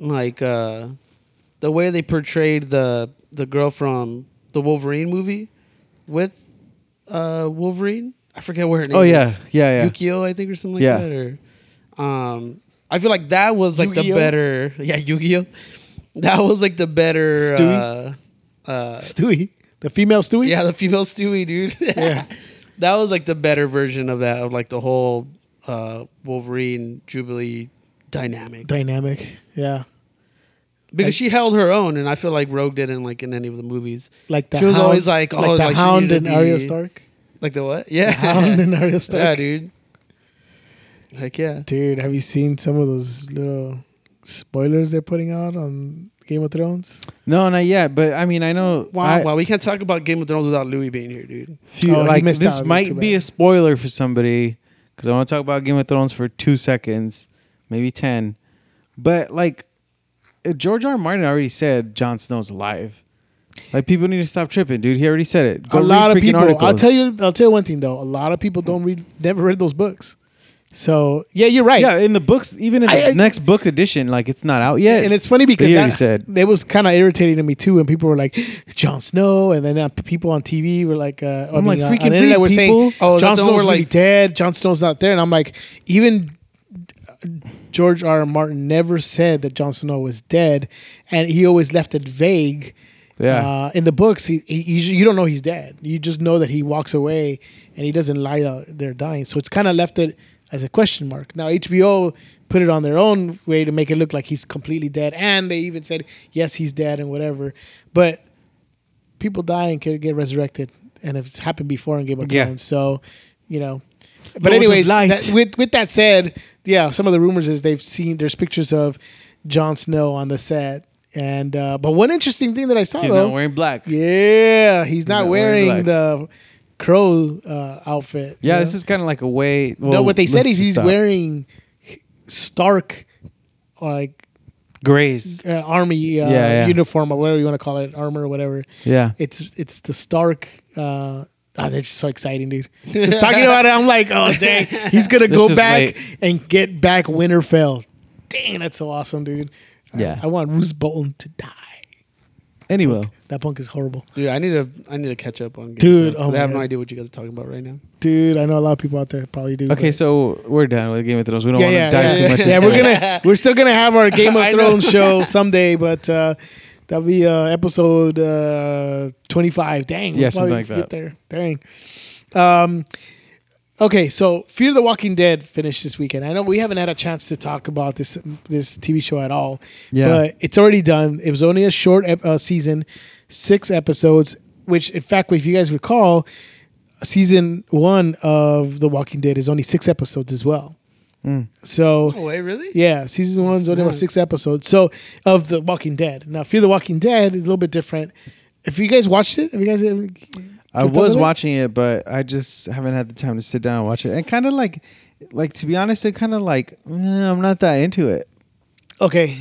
B: like uh, the way they portrayed the the girl from the Wolverine movie with uh, Wolverine. I forget what her name.
D: Oh yeah,
B: is.
D: yeah, yeah.
B: Yukio, I think, or something like
D: Yeah.
B: that. Or, um, I feel like that was like the
A: Yu-Gi-Oh?
B: better. [laughs] Yeah, Yu-Gi-Oh. That was like the better.
A: Stewie?
B: Uh, uh,
A: Stewie, the female Stewie.
B: [laughs] yeah, the female Stewie, dude. [laughs]
A: Yeah.
B: that was like the better version of that of like the whole uh, Wolverine Jubilee dynamic
A: dynamic. Yeah,
B: because she held her own, and I feel like Rogue didn't like in any of the movies.
A: like the
B: She was
A: Hound-
B: always like, oh,
A: the
B: like she
A: Hound
B: needed
A: and
B: to
A: Arya
B: be- [laughs]
A: Stark.
B: Like the what? Yeah,
A: Hound and Arya Stark.
B: [laughs] yeah, dude. Like yeah,
A: Dude, have you seen some of those little spoilers they're putting out on Game of Thrones?
D: No, not yet. But I mean, I know.
B: wow,
D: I-
B: wow. We can't talk about Game of Thrones without Louis being here, dude.
D: few-
A: Oh, he
D: like
A: missed
D: this
A: out. Too
D: might be
A: bad.
D: a spoiler for somebody because I want to talk about Game of Thrones for two seconds, maybe ten. But like, uh, George R. R. Martin already said Jon Snow's alive, Like people need to stop tripping, dude. He already said it. Go
A: a
D: read
A: lot of
D: freaking
A: people.
D: Articles.
A: I'll tell you. I'll tell you one thing though. A lot of people don't read, never read those books. So yeah, you're right.
D: Yeah, in the books, even in the
A: I- I-
D: next book edition, like it's not out yet.
A: and it's funny because
D: he
A: that,
D: already said.
A: it was kind of irritating to me too. And people were like, "Jon Snow," and then uh, people on TV were like, uh, I
D: I'm like,
A: mean, uh, on
D: freaking
A: the internet
D: read,
A: were saying,
D: people.
B: Oh, is that
A: "Jon
B: the
A: Snow's
B: one where,
A: really
B: like-
A: dead. Jon Snow's not there." And I'm like, even George R. R. Martin never said that Jon Snow was dead, and he always left it vague.
D: Yeah.
A: Uh, in the books, he, he, you- you don't know he's dead. You just know that he walks away, and he doesn't lie out there dying. So it's kind of left it as a question mark. Now HBO put it on their own way to make it look like he's completely dead, and they even said yes, he's dead and whatever. But people die and can get resurrected, and it's happened before in Game of
D: Yeah.
A: Thrones. So, you know. But
D: Lord of
A: anyways,
D: Light.
A: that, with with that said, yeah, some of the rumors is they've seen there's pictures of Jon Snow on the set, and uh, but one interesting thing that I saw
D: He's
A: though,
D: not wearing black. Yeah,
A: Oh. yeah, he's not,
D: not
A: wearing,
D: wearing
A: the crow uh, outfit. you know?
D: this is kind of like a way. Well,
A: no. What they said
D: let's
A: is he's
D: stop.
A: wearing Stark, like
D: grays.
A: uh, army uh,
D: Yeah, yeah.
A: uniform or whatever you want to call it, armor or whatever.
D: Yeah,
A: It's it's the Stark. Uh, Oh, that's just so exciting,
D: [laughs]
A: dude. Just talking about it, I'm like, oh dang, he's gonna
D: This
A: go
D: is
A: back
D: late.
A: and get back Winterfell. Dang, that's so awesome, dude. I-
D: Yeah.
A: I, want Roose Bolton to die.
D: anyway,
A: That punk is horrible,
B: Dude, I need to I need to catch up on. Game of
A: Dude,
B: Thrones,
A: oh
B: 'cause I have
A: my
B: no
A: God.
B: idea what you guys are talking about right now.
A: dude. I know a lot of people out there probably do.
D: okay,
A: but-
D: so we're done with Game of Thrones. We don't
A: yeah,
D: want to
A: yeah,
D: dive
A: yeah,
D: too
A: yeah.
D: much.
A: Yeah,
D: into
A: we're
D: it.
A: gonna we're still gonna have
D: [laughs]
A: our Game of
B: I know.
A: Thrones show someday, but uh, that'll be uh, episode uh, twenty five. Dang,
D: Yeah, something like
A: get there. Dang. Um, okay, so Fear the Walking Dead finished this weekend. I know we haven't had a chance to talk about this this TV show at all.
D: Yeah.
A: but it's already done. It was only a short ep- uh, season, six episodes. Which, in fact, if you guys recall, season one of The Walking Dead is only six episodes as well.
D: Hmm.
A: So
B: Oh wait, really?
A: yeah, season one's only about
B: nice.
A: six episodes. So of The Walking Dead. Now, Fear the Walking Dead is a little bit different. If you guys watched it, have you guys? ever-
D: I
A: kept up
D: was
A: with it?
D: watching it, but I just haven't had the time to sit down and watch it. And kind of like, like to be honest, it kind of like eh, I'm not that into it.
A: Okay,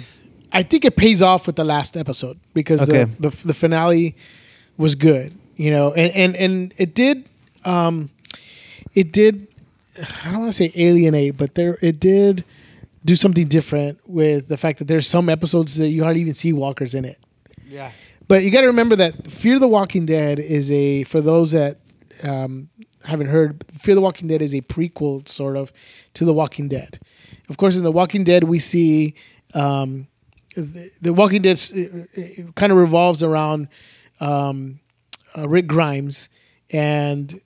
A: I think it pays off with the last episode because the-
D: Okay.
A: the, the finale was good. You know, and and and it did, um, it did. I don't want to say alienate, but there it did do something different with the fact that there's some episodes that you hardly even see walkers in it.
D: Yeah.
A: But you got to remember that Fear the Walking Dead is a for those that um, haven't heard, Fear the Walking Dead is a prequel sort of to The Walking Dead. Of course, in The Walking Dead, we see um, the, the Walking Dead kind of revolves around um, uh, Rick Grimes and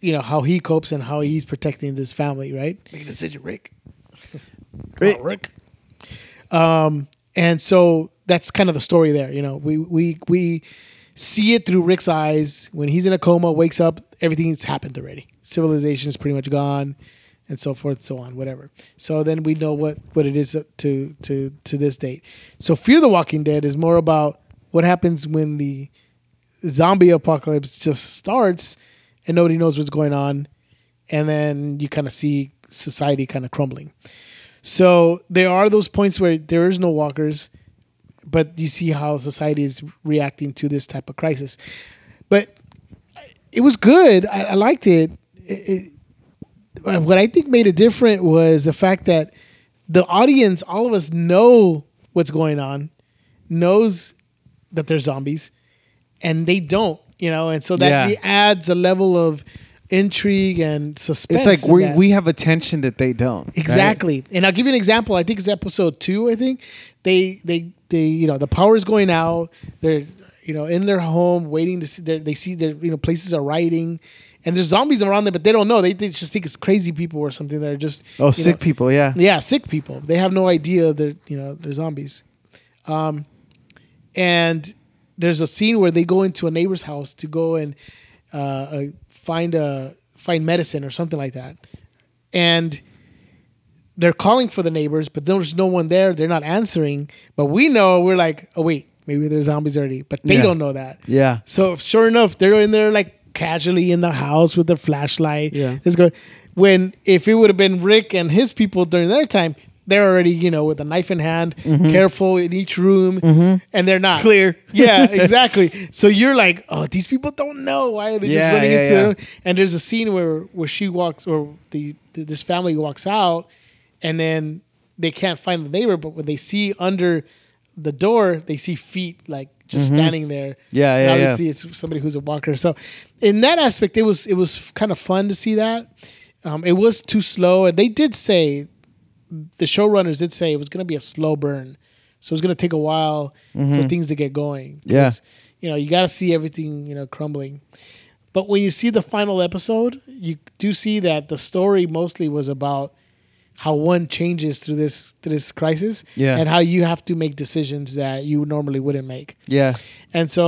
A: you know how he copes and how he's protecting this family, right?
B: Make a decision, Rick.
A: Rick. Rick. Um, and so that's kind of the story there. You know, we we we see it through Rick's eyes when he's in a coma, wakes up, everything's happened already. Civilization is pretty much gone, and so forth, so on, whatever. So then we know what what it is to to to this date. So Fear the Walking Dead is more about what happens when the zombie apocalypse just starts and nobody knows what's going on and then you kind of see society kind of crumbling so there are those points where there is no walkers, but you see how society is reacting to this type of crisis. But it was good. I, I liked it. It- it- What I think made it different was the fact that the audience, all of us, know what's going on, knows that they're zombies, and they don't. You know, and so that
D: Yeah.
A: adds a level of intrigue and suspense.
D: It's like
A: in
D: we
A: that.
D: we have attention that they don't. right?
A: Exactly. And I'll give you an example. I think it's episode two, I think. They they they you know, the power's going out. They're you know, in their home waiting to see their, they see their you know, places are rioting and there's zombies around there, but they don't know. They, they just think it's crazy people or something that are just
D: Oh,
A: you
D: sick
A: know-
D: people. Yeah.
A: yeah, sick people. They have no idea they're you know they're zombies. Um, and there's a scene where they go into a neighbor's house to go and uh, uh, find a find medicine or something like that, and they're calling for the neighbors, but there's no one there. They're not answering. But we know we're like, oh wait, maybe there's zombies already. But they
D: Yeah.
A: don't know that.
D: Yeah.
A: So sure enough, they're in there like casually in the house with their flashlight.
B: Yeah.
A: It's going when if it would have been Rick and his people during their time, they're already, you know, with a knife in hand, careful in each room, and they're not
D: Mm-hmm. Clear. [laughs]
A: Yeah, exactly. so you're like, oh, these people don't know why are they
D: Yeah,
A: just running
D: yeah,
A: into.
D: yeah.
A: them? And there's a scene where where she walks, or the, the this family walks out, and then they can't find the neighbor, but when they see under the door, they see feet like just standing there.
D: Mm-hmm. Yeah,
A: And
D: yeah, yeah.
A: obviously, it's somebody who's a walker. So, in that aspect, it was it was kind of fun to see that. Um, it was too slow, and they did say the showrunners did say it was going to be a slow burn, so it was going to take a while
D: Mm-hmm.
A: for things to get going. 'Cause,
D: Yeah.
A: you know, you got to see everything you know crumbling. But when you see the final episode, you do see that the story mostly was about how one changes through this through this crisis,
D: Yeah.
A: and how you have to make decisions that you normally wouldn't make
D: Yeah.
A: and so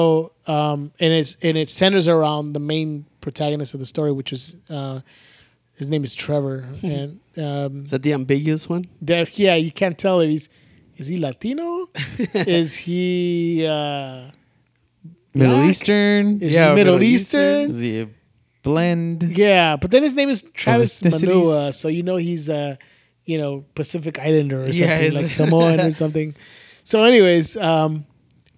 A: um, and it's and it centers around the main protagonist of the story, which is uh, his name is
D: [laughs]
A: Trevor, and um,
B: Is that the ambiguous one?
A: there- yeah, you can't tell if he's is he
D: [laughs]
A: Latino, is he uh,
D: Middle
A: Black?
D: Eastern.
A: is
B: Yeah,
A: he Middle,
B: Middle
A: Eastern?
D: Is he a blend?
A: Yeah, but then his name is
D: Oh,
A: Travis
D: ethnicities.
A: Manoa, so you know he's a you know Pacific Islander or something
B: Yeah, he's-
D: [laughs]
A: like Samoan or something. So, anyways, um,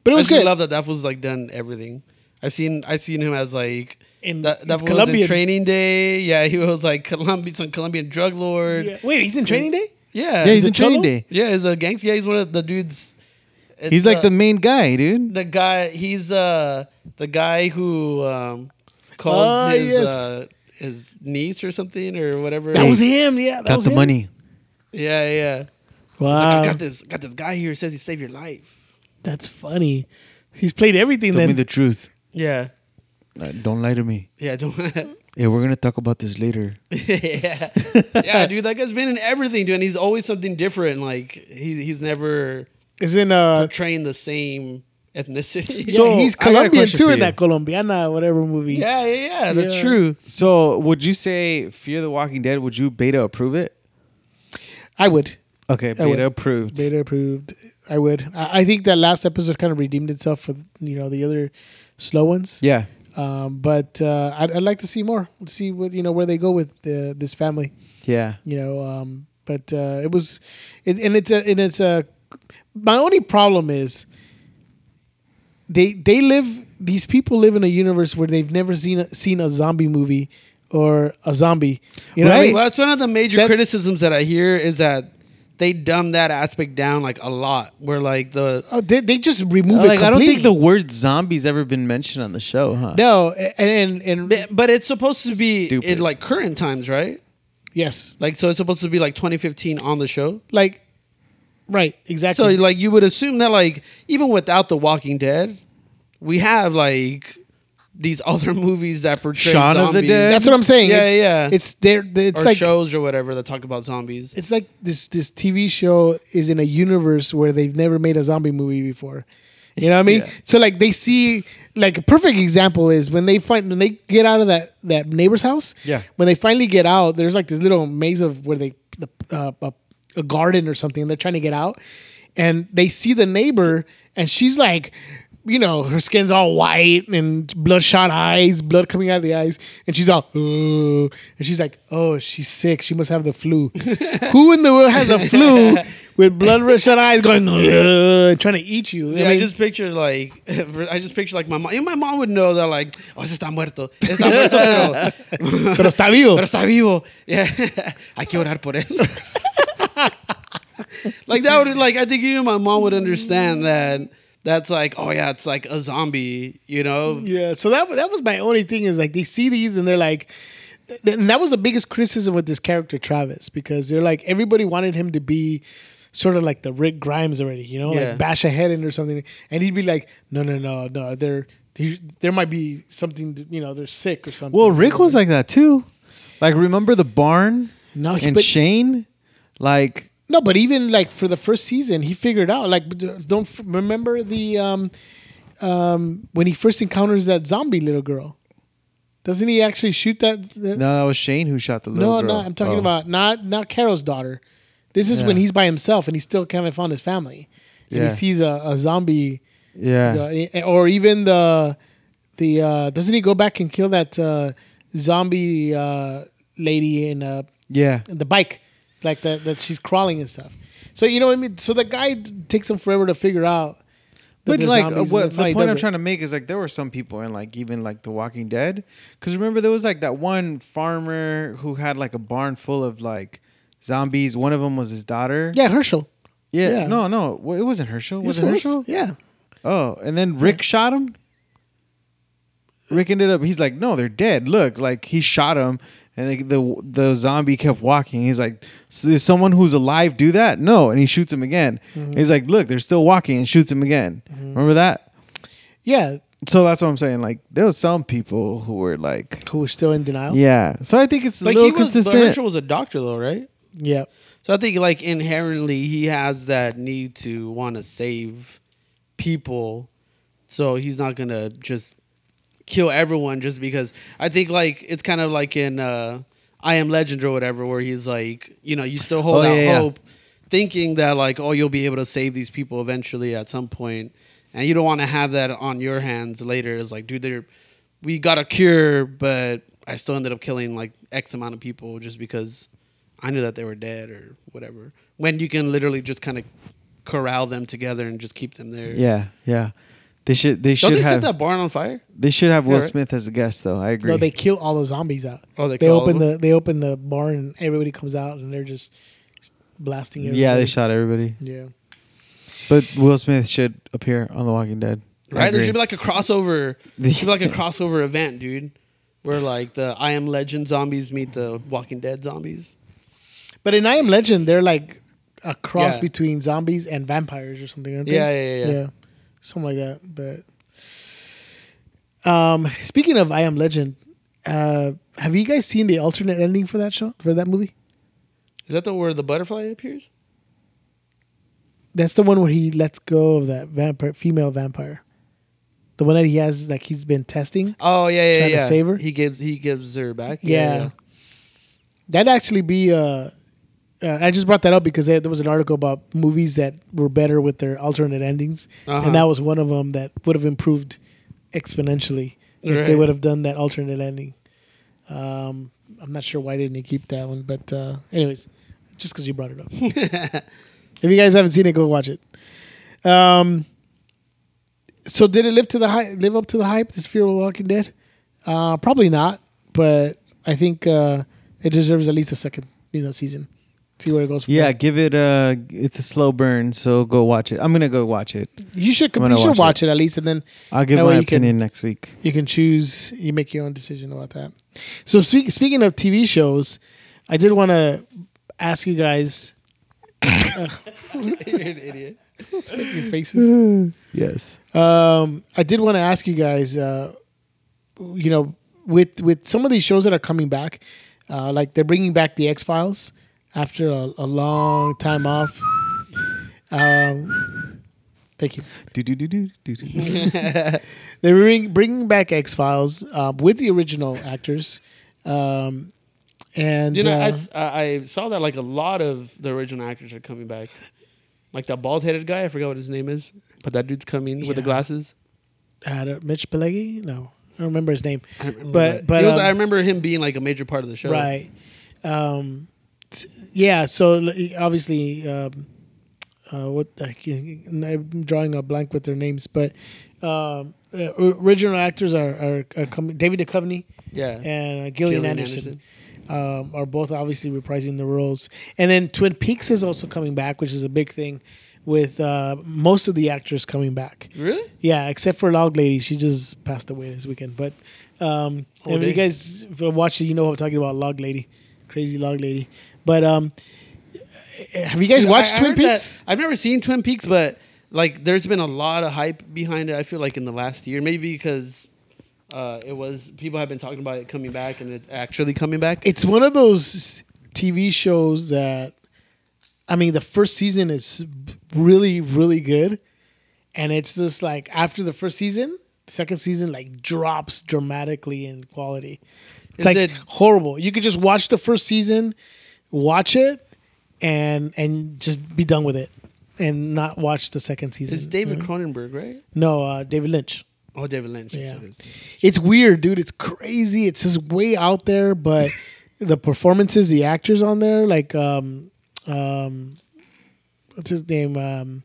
A: but it
B: I
A: was
B: just
A: good.
B: love that that was like done everything. I've seen I've seen him as like
A: In-
B: that,
A: he's
B: that was
A: Colombian.
B: in Training Day. Yeah, he was like Colombian, some Colombian drug lord.
A: Yeah.
B: Yeah,
A: Wait, he's in Training Day.
B: yeah,
D: Yeah, he's in
A: it Cholo?
D: Training Day.
B: yeah, he's a gangster. Yeah, he's one of the dudes. It's,
D: He's like
B: uh,
D: the main guy, dude.
B: the guy. He's uh the guy who um, calls
A: Ah,
B: his
A: yes.
B: uh, his niece or something or whatever.
A: That was him. Yeah, that
D: Got
A: was
D: the
A: him.
D: money.
B: Yeah, yeah.
A: Wow,
B: Like, I got this got this guy here who says he saved your life.
A: That's funny. He's played everything
D: Tell me
A: then.
D: the truth.
B: Yeah,
D: Uh, don't lie to me.
B: yeah.
A: Hmm.
B: Don't. [laughs]
D: Yeah, we're gonna talk about this later.
B: yeah, yeah, dude. That guy's been in everything, dude. And he's always something different. Like he, he's never
A: Isn't uh
B: portraying the same ethnicity.
A: so
D: So,
A: he's
D: I got a
A: Colombian
D: question
A: too
D: for
A: in
D: you.
A: that Colombiana whatever movie.
B: [laughs] yeah, yeah, yeah. That's
A: Yeah.
B: true.
D: So, would you say Fear the Walking Dead? Would you beta approve it?
A: I would.
D: Okay,
A: I would.
D: beta approved.
A: Beta approved. I would. I, I think that last episode kind of redeemed itself for you know the other slow ones.
D: Yeah,
A: Um, but uh, I'd, I'd like to see more. Let's see what you know where they go with the, this family.
D: yeah.
A: you know. Um, but uh, it was, it, and it's a, and it's a. My only problem is they they live these people live in a universe where they've never seen a, seen a zombie movie or a zombie. You know, what I mean?
B: Well, that's one of the major
A: That's-
B: criticisms that I hear is that they dumb that aspect down like a lot. Where like the
A: Oh, they, they just remove it
D: Like,
A: completely.
D: I don't think the word zombies ever been mentioned on the show, huh?
A: no, and and, and
B: but- but it's supposed to be
D: Stupid.
B: in like current times, right?
A: yes,
B: Like so, it's supposed to be like 2015 on the show.
A: like right,
B: So
A: exactly.
B: like you would assume that like even without The Walking Dead, we have like these other [laughs] movies that portray
D: Shaun of the
B: zombies.
D: Dead.
A: that's what I'm saying.
B: Yeah,
A: it's,
B: yeah.
A: It's there. It's
B: or
A: like
B: shows or whatever that talk about zombies.
A: it's like this this TV show is in a universe where they've never made a zombie movie before. You know what I mean?
D: Yeah.
A: So like they see like a perfect example is when they find when they get out of that that neighbor's house.
D: Yeah.
A: When they finally get out, there's like this little maze of where they the uh, a, a garden or something. And they're trying to get out, and they see the neighbor, and she's like. You know, her skin's all white and bloodshot eyes, blood coming out of the eyes, and she's all, "Ooh," and she's like, "Oh, she's sick. She must have the
B: [laughs]
A: flu." Who in the world has a flu with bloodshot eyes going, "Ugh," trying to eat you?
B: Yeah, I,
A: mean-
B: just picture like [laughs] I just picture like my mom. And my mom would know that like oh ese está muerto, está muerto,
D: [laughs]
B: pero,
A: Pero está vivo.
B: pero está vivo. Yeah, [laughs] hay que orar por él. [laughs] like that would like I think even my mom would understand that. That's like oh yeah, it's like a zombie, you know.
A: yeah. So that that was my only thing is like they see these and they're like, and that was the biggest criticism with this character Travis because they're like everybody wanted him to be sort of like the Rick Grimes already, you know,
B: Yeah.
A: like bash a head in or something, and he'd be like, no, no, no, no, there, there might be something, to- you know, they're sick or something.
D: Well, Rick was like that too. Like, remember the barn
A: No, he-
D: and
A: but-
D: Shane? Like,
A: No, but even like for the first season, he figured out. Like, d- don't f- remember the um, um, when he first encounters that zombie little girl. Doesn't he actually shoot that? that-
D: no, that was Shane who shot the little
A: no,
D: girl.
A: no, I'm talking
D: Oh.
A: about not not Carol's daughter. This is when
D: Yeah.
A: he's by himself and he still haven't found his family, and
D: Yeah.
A: he sees a, a zombie,
D: Yeah,
A: you know, or even the the uh, doesn't he go back and kill that uh, zombie uh, lady in uh,
D: yeah.
A: the bike, like that that she's crawling and stuff. So you know what I mean. So the guy d- takes him forever to figure out. that
D: But
A: they're
D: like, uh,
A: zombies, and then
D: what the
A: finally
D: point
A: does
D: I'm
A: it.
D: trying to make is like there were some people in like even like The Walking Dead, because remember there was like that one farmer who had like a barn full of like zombies. One of them was his daughter.
A: Yeah, Herschel.
D: yeah.
A: yeah.
D: No, no, well, it wasn't Herschel. Was it Herschel?
A: Yeah.
D: Oh, and then Rick shot him. Rick ended up. He's like, no, they're dead. Look, like he shot him, and like, the the zombie kept walking. He's like, so did someone who's alive do that? No, and he shoots him again.
B: Mm-hmm.
D: He's like, look, they're still walking, and shoots him again. Remember that?
A: Yeah.
D: So that's what I'm saying. Like there was some people who were like,
A: Who was still in denial.
D: yeah. So I think it's a
B: Like
D: little
B: he was,
D: consistent.
B: Herschel was a doctor though, right?
A: Yeah.
B: So I think like inherently he has that need to want to save people. So he's not going to just kill everyone just because I think like it's kind of like in uh I Am Legend or whatever where he's like, you know, you still hold
D: Oh,
B: out
D: yeah, yeah.
B: hope thinking that like oh you'll be able to save these people eventually at some point and you don't want to have that on your hands later. It's like dude they're we got a cure but I still ended up killing like X amount of people just because I knew that they were dead or whatever. When you can literally just kind of corral them together and just keep them there.
D: yeah, yeah. They should. They
B: Don't
D: should
B: they set
D: have.
B: that barn on fire?
D: They should have Will
B: Yeah, right.
D: Smith as a guest, though. I agree.
A: No, they kill all the zombies out.
B: Oh, they
A: they
B: kill all
A: open
B: of them?
A: the they open the barn and everybody comes out and they're just blasting. Everybody.
D: yeah, they shot everybody.
A: Yeah.
D: But Will Smith should appear on The Walking Dead. I
B: Right? There
D: agree.
B: should be like a
D: [laughs]
B: crossover. there should be like a crossover event, dude. Where like the I Am Legend zombies meet the Walking Dead zombies.
A: But in I Am Legend, they're like a cross
B: Yeah.
A: between zombies and vampires or something. Aren't they?
B: Yeah, yeah, yeah, yeah.
A: something like that. But um, speaking of I Am Legend, uh, have you guys seen the alternate ending for that show for that movie?
B: Is that the where the butterfly appears?
A: That's the one where he lets go of that vampire, female vampire. The one that he has, like he's been testing.
B: Oh yeah, yeah,
A: Trying to
B: yeah.
A: save her?
B: He gives he gives her back.
A: Yeah. That'd actually be. Uh, uh, I just brought that up because there there was an article about movies that were better with their alternate endings,
B: Uh-huh.
A: and that was one of them that would have improved exponentially if they
B: Right.
A: would have done that alternate ending. Um, I'm not sure why didn't they keep that one, but uh, anyways, just because you brought it up. if
B: [laughs]
A: you guys haven't seen it, go watch it. Um, so did it live to the hype? Live up to the hype? This Fear of the Walking Dead? Uh, probably not, but I think uh, it deserves at least a second, you know, season. See where it goes. from
D: Yeah,
A: there.
D: give it a. It's a slow burn, so go watch it. I'm gonna go watch it.
A: you should.
D: I'm
A: You
D: gonna
A: should watch,
D: watch
A: it. at least, and then
D: I'll give
A: That
D: my
A: way you can-
D: opinion next week.
A: you can choose. You make your own decision about that. So speak, speaking of TV shows, I did want to ask you guys [laughs]
B: [laughs] You're an idiot.
A: your faces.
D: Yes.
A: um, I did want to ask you guys. Uh, you know, with with some of these shows that are coming back, uh, like they're bringing back the X Files after a, a long time off. Um, thank you.
D: Do do do do
B: [laughs]
D: do. do.
A: They're bring, bringing back X Files uh, with the original actors, um, and
B: You know,
A: uh,
B: I s- I, I saw that like a lot of the original actors are coming back. Like that bald headed guy, I forgot what his name is, but that dude's coming with the
A: Yeah.
B: glasses.
A: I don't- Mitch Pelegi. No, I don't remember his name.
B: I remember
A: But-
B: that.
A: but,
B: He was-
A: um,
B: I remember him being like a major part of the show.
A: Right. Um, t- yeah. So l- obviously, um, uh, what I can- I'm drawing a blank with their names, but um, uh, original actors are are, are coming. David Duchovny
B: Yeah.
A: and uh, Gillian,
B: Gillian
A: Anderson. Um, are both obviously reprising the roles, and then Twin Peaks is also coming back, which is a big thing, with uh, most of the actors coming back.
B: Really?
A: Yeah, except for Log Lady. She just passed away this weekend. But um,
B: Oh,
A: if you
B: dang.
A: guys watch it, you know what I'm talking about Log Lady. Crazy Log Lady. But um, have you guys
B: Dude,
A: watched
B: I- I
A: Twin
B: heard that-
A: Peaks?
B: I've never seen Twin Peaks, but like there's been a lot of hype behind it. I feel like in the last year, maybe because uh, it was people have been talking about it coming back and it's actually coming back.
A: It's one of those TV shows that, I mean, the first season is really, really good. And it's just like after the first season, the second season like drops dramatically in quality. It's
B: Is
A: like
B: it-
A: horrible. You could just watch the first season, watch it, and and just be done with it, and not watch the second season.
B: It's David
A: Mm-hmm.
B: Cronenberg, right?
A: No, uh, David Lynch.
B: Oh, David Lynch. yes,
A: Yeah.
B: it is.
A: It's weird, dude. It's crazy. It's just way out there,
B: [laughs]
A: but the performances, the actors on there, like um, um, what's his name? Um,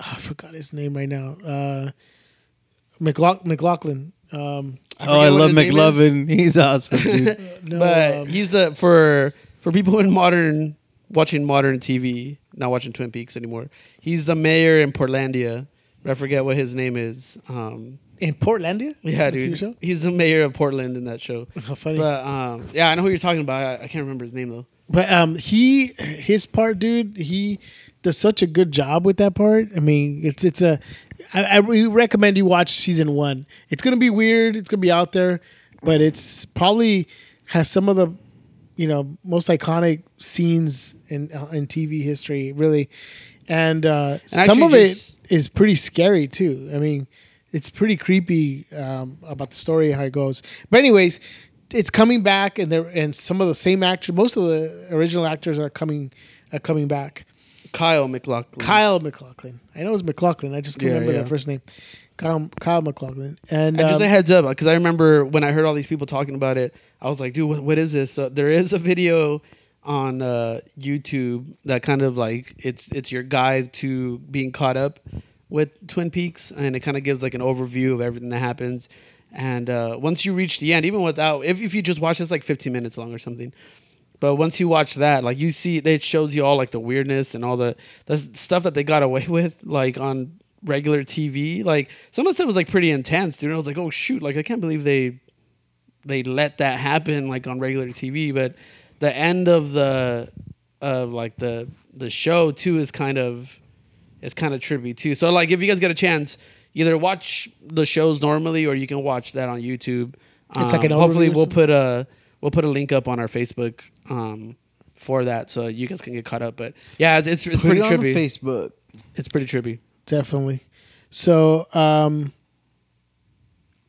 A: oh, I forgot his name right now. Uh, McLaugh- McLaughlin. Um,
B: forget
D: Oh, I
B: what
D: love
B: his name is.
D: McLovin. He's awesome,
B: [laughs]
D: dude.
A: no,
B: but
A: um,
B: he's the for for people in modern watching modern TV, not watching Twin Peaks anymore. He's the mayor in Portlandia. I forget what his name is. Um,
A: in Portlandia.
B: yeah,
A: The TV
B: dude,
A: show?
B: he's the mayor of Portland in that show.
A: How funny.
B: But um, yeah, I know who you're talking about. I, I can't remember his name though.
A: But um, he his part, dude, he does such a good job with that part. I mean, it's it's a. I, I re- recommend you watch season one. It's gonna be weird. It's gonna be out there, but it's probably has some of the, you know, most iconic scenes in uh, in TV history, really, and, uh, some
B: actually
A: of it
B: just-
A: is pretty scary too. I mean, it's pretty creepy um, about the story how it goes. But anyways, it's coming back, and there and some of the same actors, most of the original actors are coming are coming back.
B: Kyle McLaughlin.
A: Kyle McLaughlin. I know it's McLaughlin. I just can't
B: Yeah,
A: remember
B: yeah.
A: that first name. Kyle, Kyle McLaughlin. And,
B: And just
A: um,
B: a heads up, because I remember when I heard all these people talking about it, I was like, dude, what, what is this? So there is a video on uh, YouTube that kind of like it's it's your guide to being caught up with Twin Peaks, and it kind of gives like an overview of everything that happens. And uh, once you reach the end, even without if, if you just watch this like 15 minutes long or something, but once you watch that, like you see, it shows you all like the weirdness and all the the s- stuff that they got away [laughs] with, like on regular TV. Like some of the stuff was like pretty intense, dude. I was like, oh shoot, like I can't believe they they let that happen like on regular TV. But the end of the of like the the show too is kind of it's kind of trippy too. So like if you guys get a chance, either watch the shows normally or you can watch that on YouTube.
A: It's like an
B: Um, hopefully
A: overview or
B: we'll put a we'll put a link up on our Facebook um, for that so you guys can get caught up. But yeah, it's it's, it's
D: Put
B: pretty
D: it on
B: trippy.
D: Facebook.
B: It's pretty trippy.
A: definitely. So, um,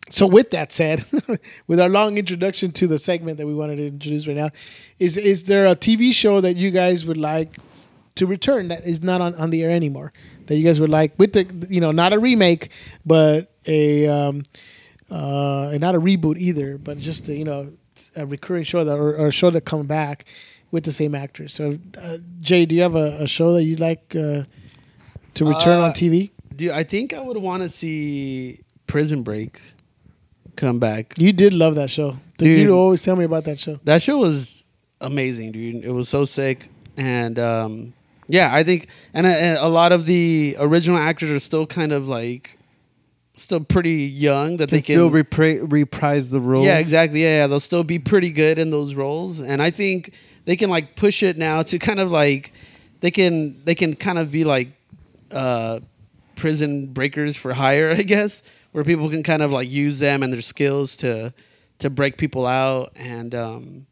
A: so with that said, [laughs] with our long introduction to the segment that we wanted to introduce right now, is is there a TV show that you guys would like to return that is not on, on the air anymore that you guys would like with the you know not a remake but a um, uh, and not a reboot either but just a, you know a recurring show that or, or a show that come back with the same actors. So uh, Jay, do you have a, a show that you'd like uh, to return
B: Uh,
A: on TV?
B: Dude, I think I would want to see Prison Break come back.
A: You did love that show.
B: Dude.
A: you always tell me about that show.
B: That show was amazing, dude. It was so sick, and um, yeah, I think and a, a lot of the original actors are still kind of like still pretty young that
D: They
B: they
D: can still
B: can
D: repri- reprise the roles.
B: Yeah, exactly. Yeah, yeah, they'll still be pretty good in those roles, and I think they can like push it now to kind of like they can they can kind of be like uh, prison breakers for hire, [laughs] I guess, where people can kind of like use them and their skills to to break people out, and um,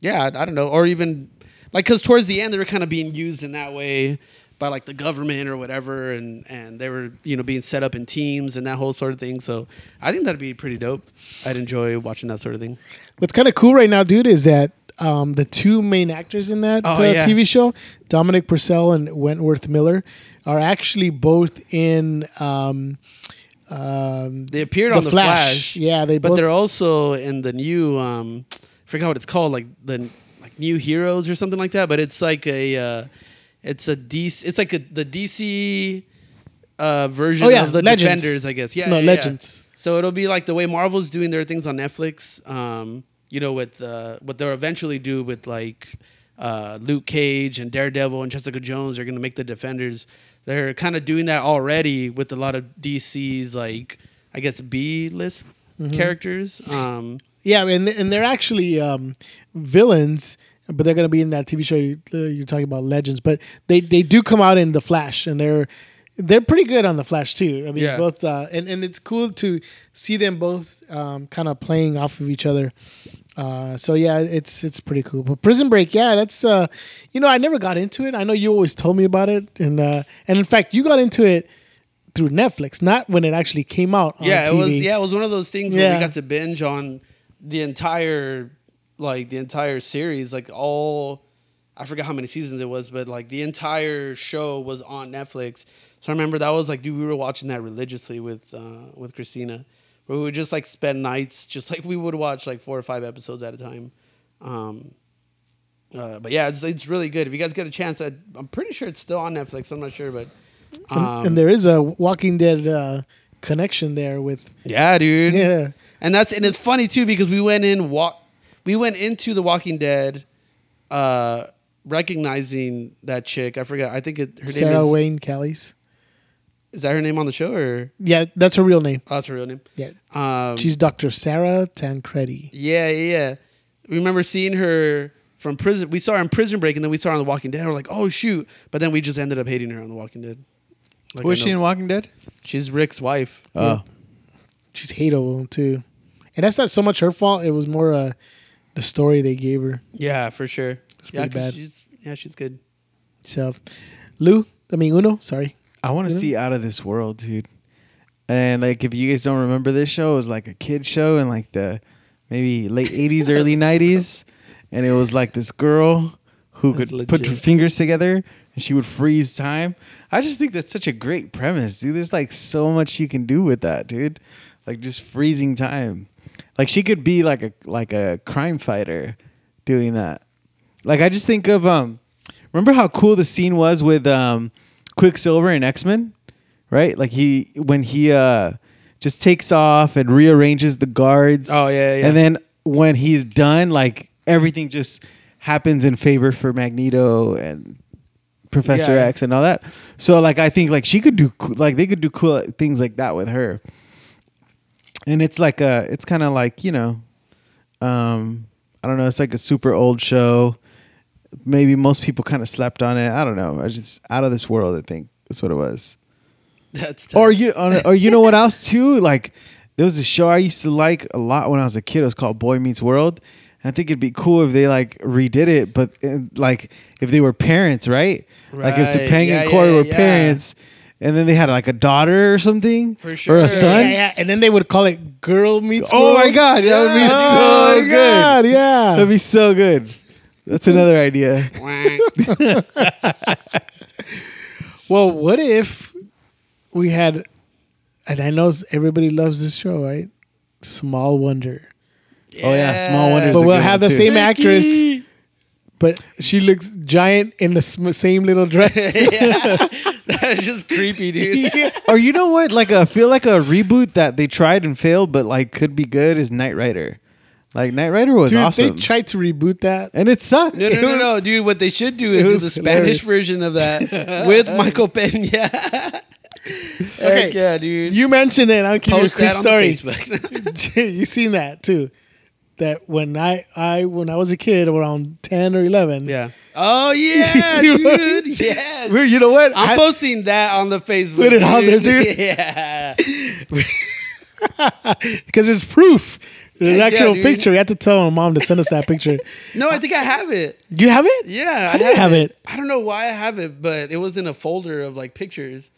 B: yeah, I, I don't know, or even like because towards the end they were kind of being used in that way by like the government or whatever and and they were you know being set up in teams and that whole sort of thing so i think that'd be pretty dope i'd enjoy watching that sort of thing
A: What's kind of cool right now, dude, is that um, the two main actors in that
B: Oh,
A: uh,
B: yeah.
A: TV show, Dominic Purcell and Wentworth Miller, are actually both in. Um, um,
B: they appeared
A: The
B: on the
A: Flash.
B: flash,
A: Yeah, they
B: but
A: both-
B: they're also in the new um I forgot what it's called like the like new heroes or something like that but it's like a uh it's a dc it's like a, the dc uh version
A: Oh, yeah,
B: of the
A: Legends.
B: defenders i guess yeah
A: No,
B: yeah, yeah.
A: Legends.
B: so it'll be like the way marvel's doing their things on netflix um you know with uh what they'll eventually do with like uh, Luke Cage and Daredevil and Jessica Jones are going to make the Defenders. They're kind of doing that already with a lot of DC's like I guess B list
A: Mm-hmm.
B: characters. Um,
A: yeah, and and they're actually um, villains, but they're going to be in that TV show you, uh, you're talking about, Legends. But they they do come out in the Flash, and they're they're pretty good on the Flash too. I mean,
B: Yeah.
A: both uh, and and it's cool to see them both um, kind of playing off of each other. Uh, so yeah, it's it's pretty cool. But Prison Break, yeah, that's uh, you know I never got into it. I know you always told me about it, and uh, and in fact you got into it through Netflix, not when it actually came out. On
B: yeah, it
A: TV.
B: was yeah, it was one of those things where
A: Yeah.
B: we got to binge on the entire like the entire series, like all I forgot how many seasons it was, but like the entire show was on Netflix. So I remember that was like, dude, we were watching that religiously with uh, with Christina, where we would just like spend nights, just like we would watch like four or five episodes at a time. Um, Uh, but yeah, it's, it's really good. If you guys get a chance, I, I'm pretty sure it's still on Netflix. I'm not sure, but um,
A: and there is a Walking Dead uh, connection there with
B: yeah, dude.
A: yeah.
B: And that's and it's funny too because we went in walk we went into The Walking Dead uh recognizing that chick. I forgot. I think it her
A: Sarah
B: name is
A: Wayne Callies.
B: is that her name on the show or
A: Yeah, that's her real name.
B: oh, that's her real name.
A: Yeah,
B: Um
A: she's Dr. Sarah Tancredi.
B: yeah, yeah, yeah. We remember seeing her from prison. We saw her in Prison Break and then we saw her on The Walking Dead. We're like, "Oh shoot." But then we just ended up hating her on The Walking Dead. Like,
D: Was
B: I
D: she
B: know-
D: in Walking Dead?
B: She's Rick's wife.
D: Oh,
A: She's hateable too, and that's not so much her fault. It was more uh, the story they gave her.
B: Yeah, for sure. Yeah,
A: pretty
B: 'cause
A: bad.
B: she's yeah, she's good. [laughs]
A: So, Lou, I mean Uno, sorry.
D: I want to see Out of This World, dude. And like, if you guys don't remember this show, it was like a kid show in like the maybe late '80s,
B: [laughs]
D: early '90s, and it was like this girl who
B: That's
D: could put her
B: legit.
D: fingers together and she would freeze time. I just think that's such a great premise, dude. There's like so much you can do with that, dude. Like just freezing time. Like she could be like a like a crime fighter doing that. Like I just think of um remember how cool the scene was with um Quicksilver and X-Men? Right? Like he when he uh just takes off and rearranges the guards.
B: Oh, yeah, yeah.
D: And then when he's done, like everything just happens in favor for Magneto and Professor
B: Yeah.
D: X and all that. So like I think like she could do coo- like they could do cool things like that with her. And it's like a it's kind of like, you know, um I don't know, it's like a super old show. Maybe most people kind of slept on it. I don't know. I just out of this world, I think. That's what it was.
B: That's tough. [laughs]
D: Or you or or you know what else too? Like there was a show I used to like a lot when I was a kid. It was called Boy Meets World. And I think it'd be cool if they like redid it, but uh, like if they were parents, right? Like if
B: Right.
D: Topanga
B: Yeah,
D: and Corey
B: yeah,
D: were
B: yeah.
D: parents, and then they had like a daughter or something,
B: For sure.
D: or a
A: Yeah,
D: son.
A: yeah, yeah. And then they would call it Girl Meets.
D: Oh
A: World.
D: my god, that would be
B: Yeah.
D: so
A: Oh my
D: good.
A: God, yeah.
D: That'd be so good. That's
B: [laughs]
D: another idea.
A: Well, what if we had? And I know everybody loves this show, right? Small Wonder,
D: Oh yeah, Small Wonders.
A: but
D: a
A: we'll
D: good
A: have the
D: one, too.
A: same [laughs] actress. But she looks giant in the sm- same little dress.
B: [laughs] That's just creepy, dude.
D: or you know what? Like I feel like a reboot that they tried and failed, but like could be good is Knight Rider. Like Knight Rider was
A: [laughs] Dude,
D: awesome,
A: they tried to reboot that.
D: and it
A: [laughs]
D: sucked.
B: No, no, no, no, dude. What they should do is do
A: was
B: the Spanish
A: hilarious.
B: version
A: [laughs]
B: of that with Michael Pena. [laughs] Heck yeah, dude.
A: You mentioned it. I'll give you a
B: Post
A: quick
B: that on
A: story.
B: Facebook.
A: [laughs]
B: [laughs]
A: you seen that too? That when I, I when I was a kid around ten or eleven,
B: yeah. Oh
A: [laughs]
B: yeah,
A: You-
B: dude. Yes.
A: Well, You know what?
B: I'm
A: I- [laughs]
B: posting that on the Facebook.
A: Put it out there, dude.
B: [laughs] Yeah.
A: because it's proof. There's an
B: Yeah,
A: actual
B: dude.
A: picture. We had to tell my mom to send us that picture.
B: No, I think I have it.
A: You have it?
B: Yeah,
A: I didn't have it.
B: I don't know why I have it, but it was in a folder of like pictures,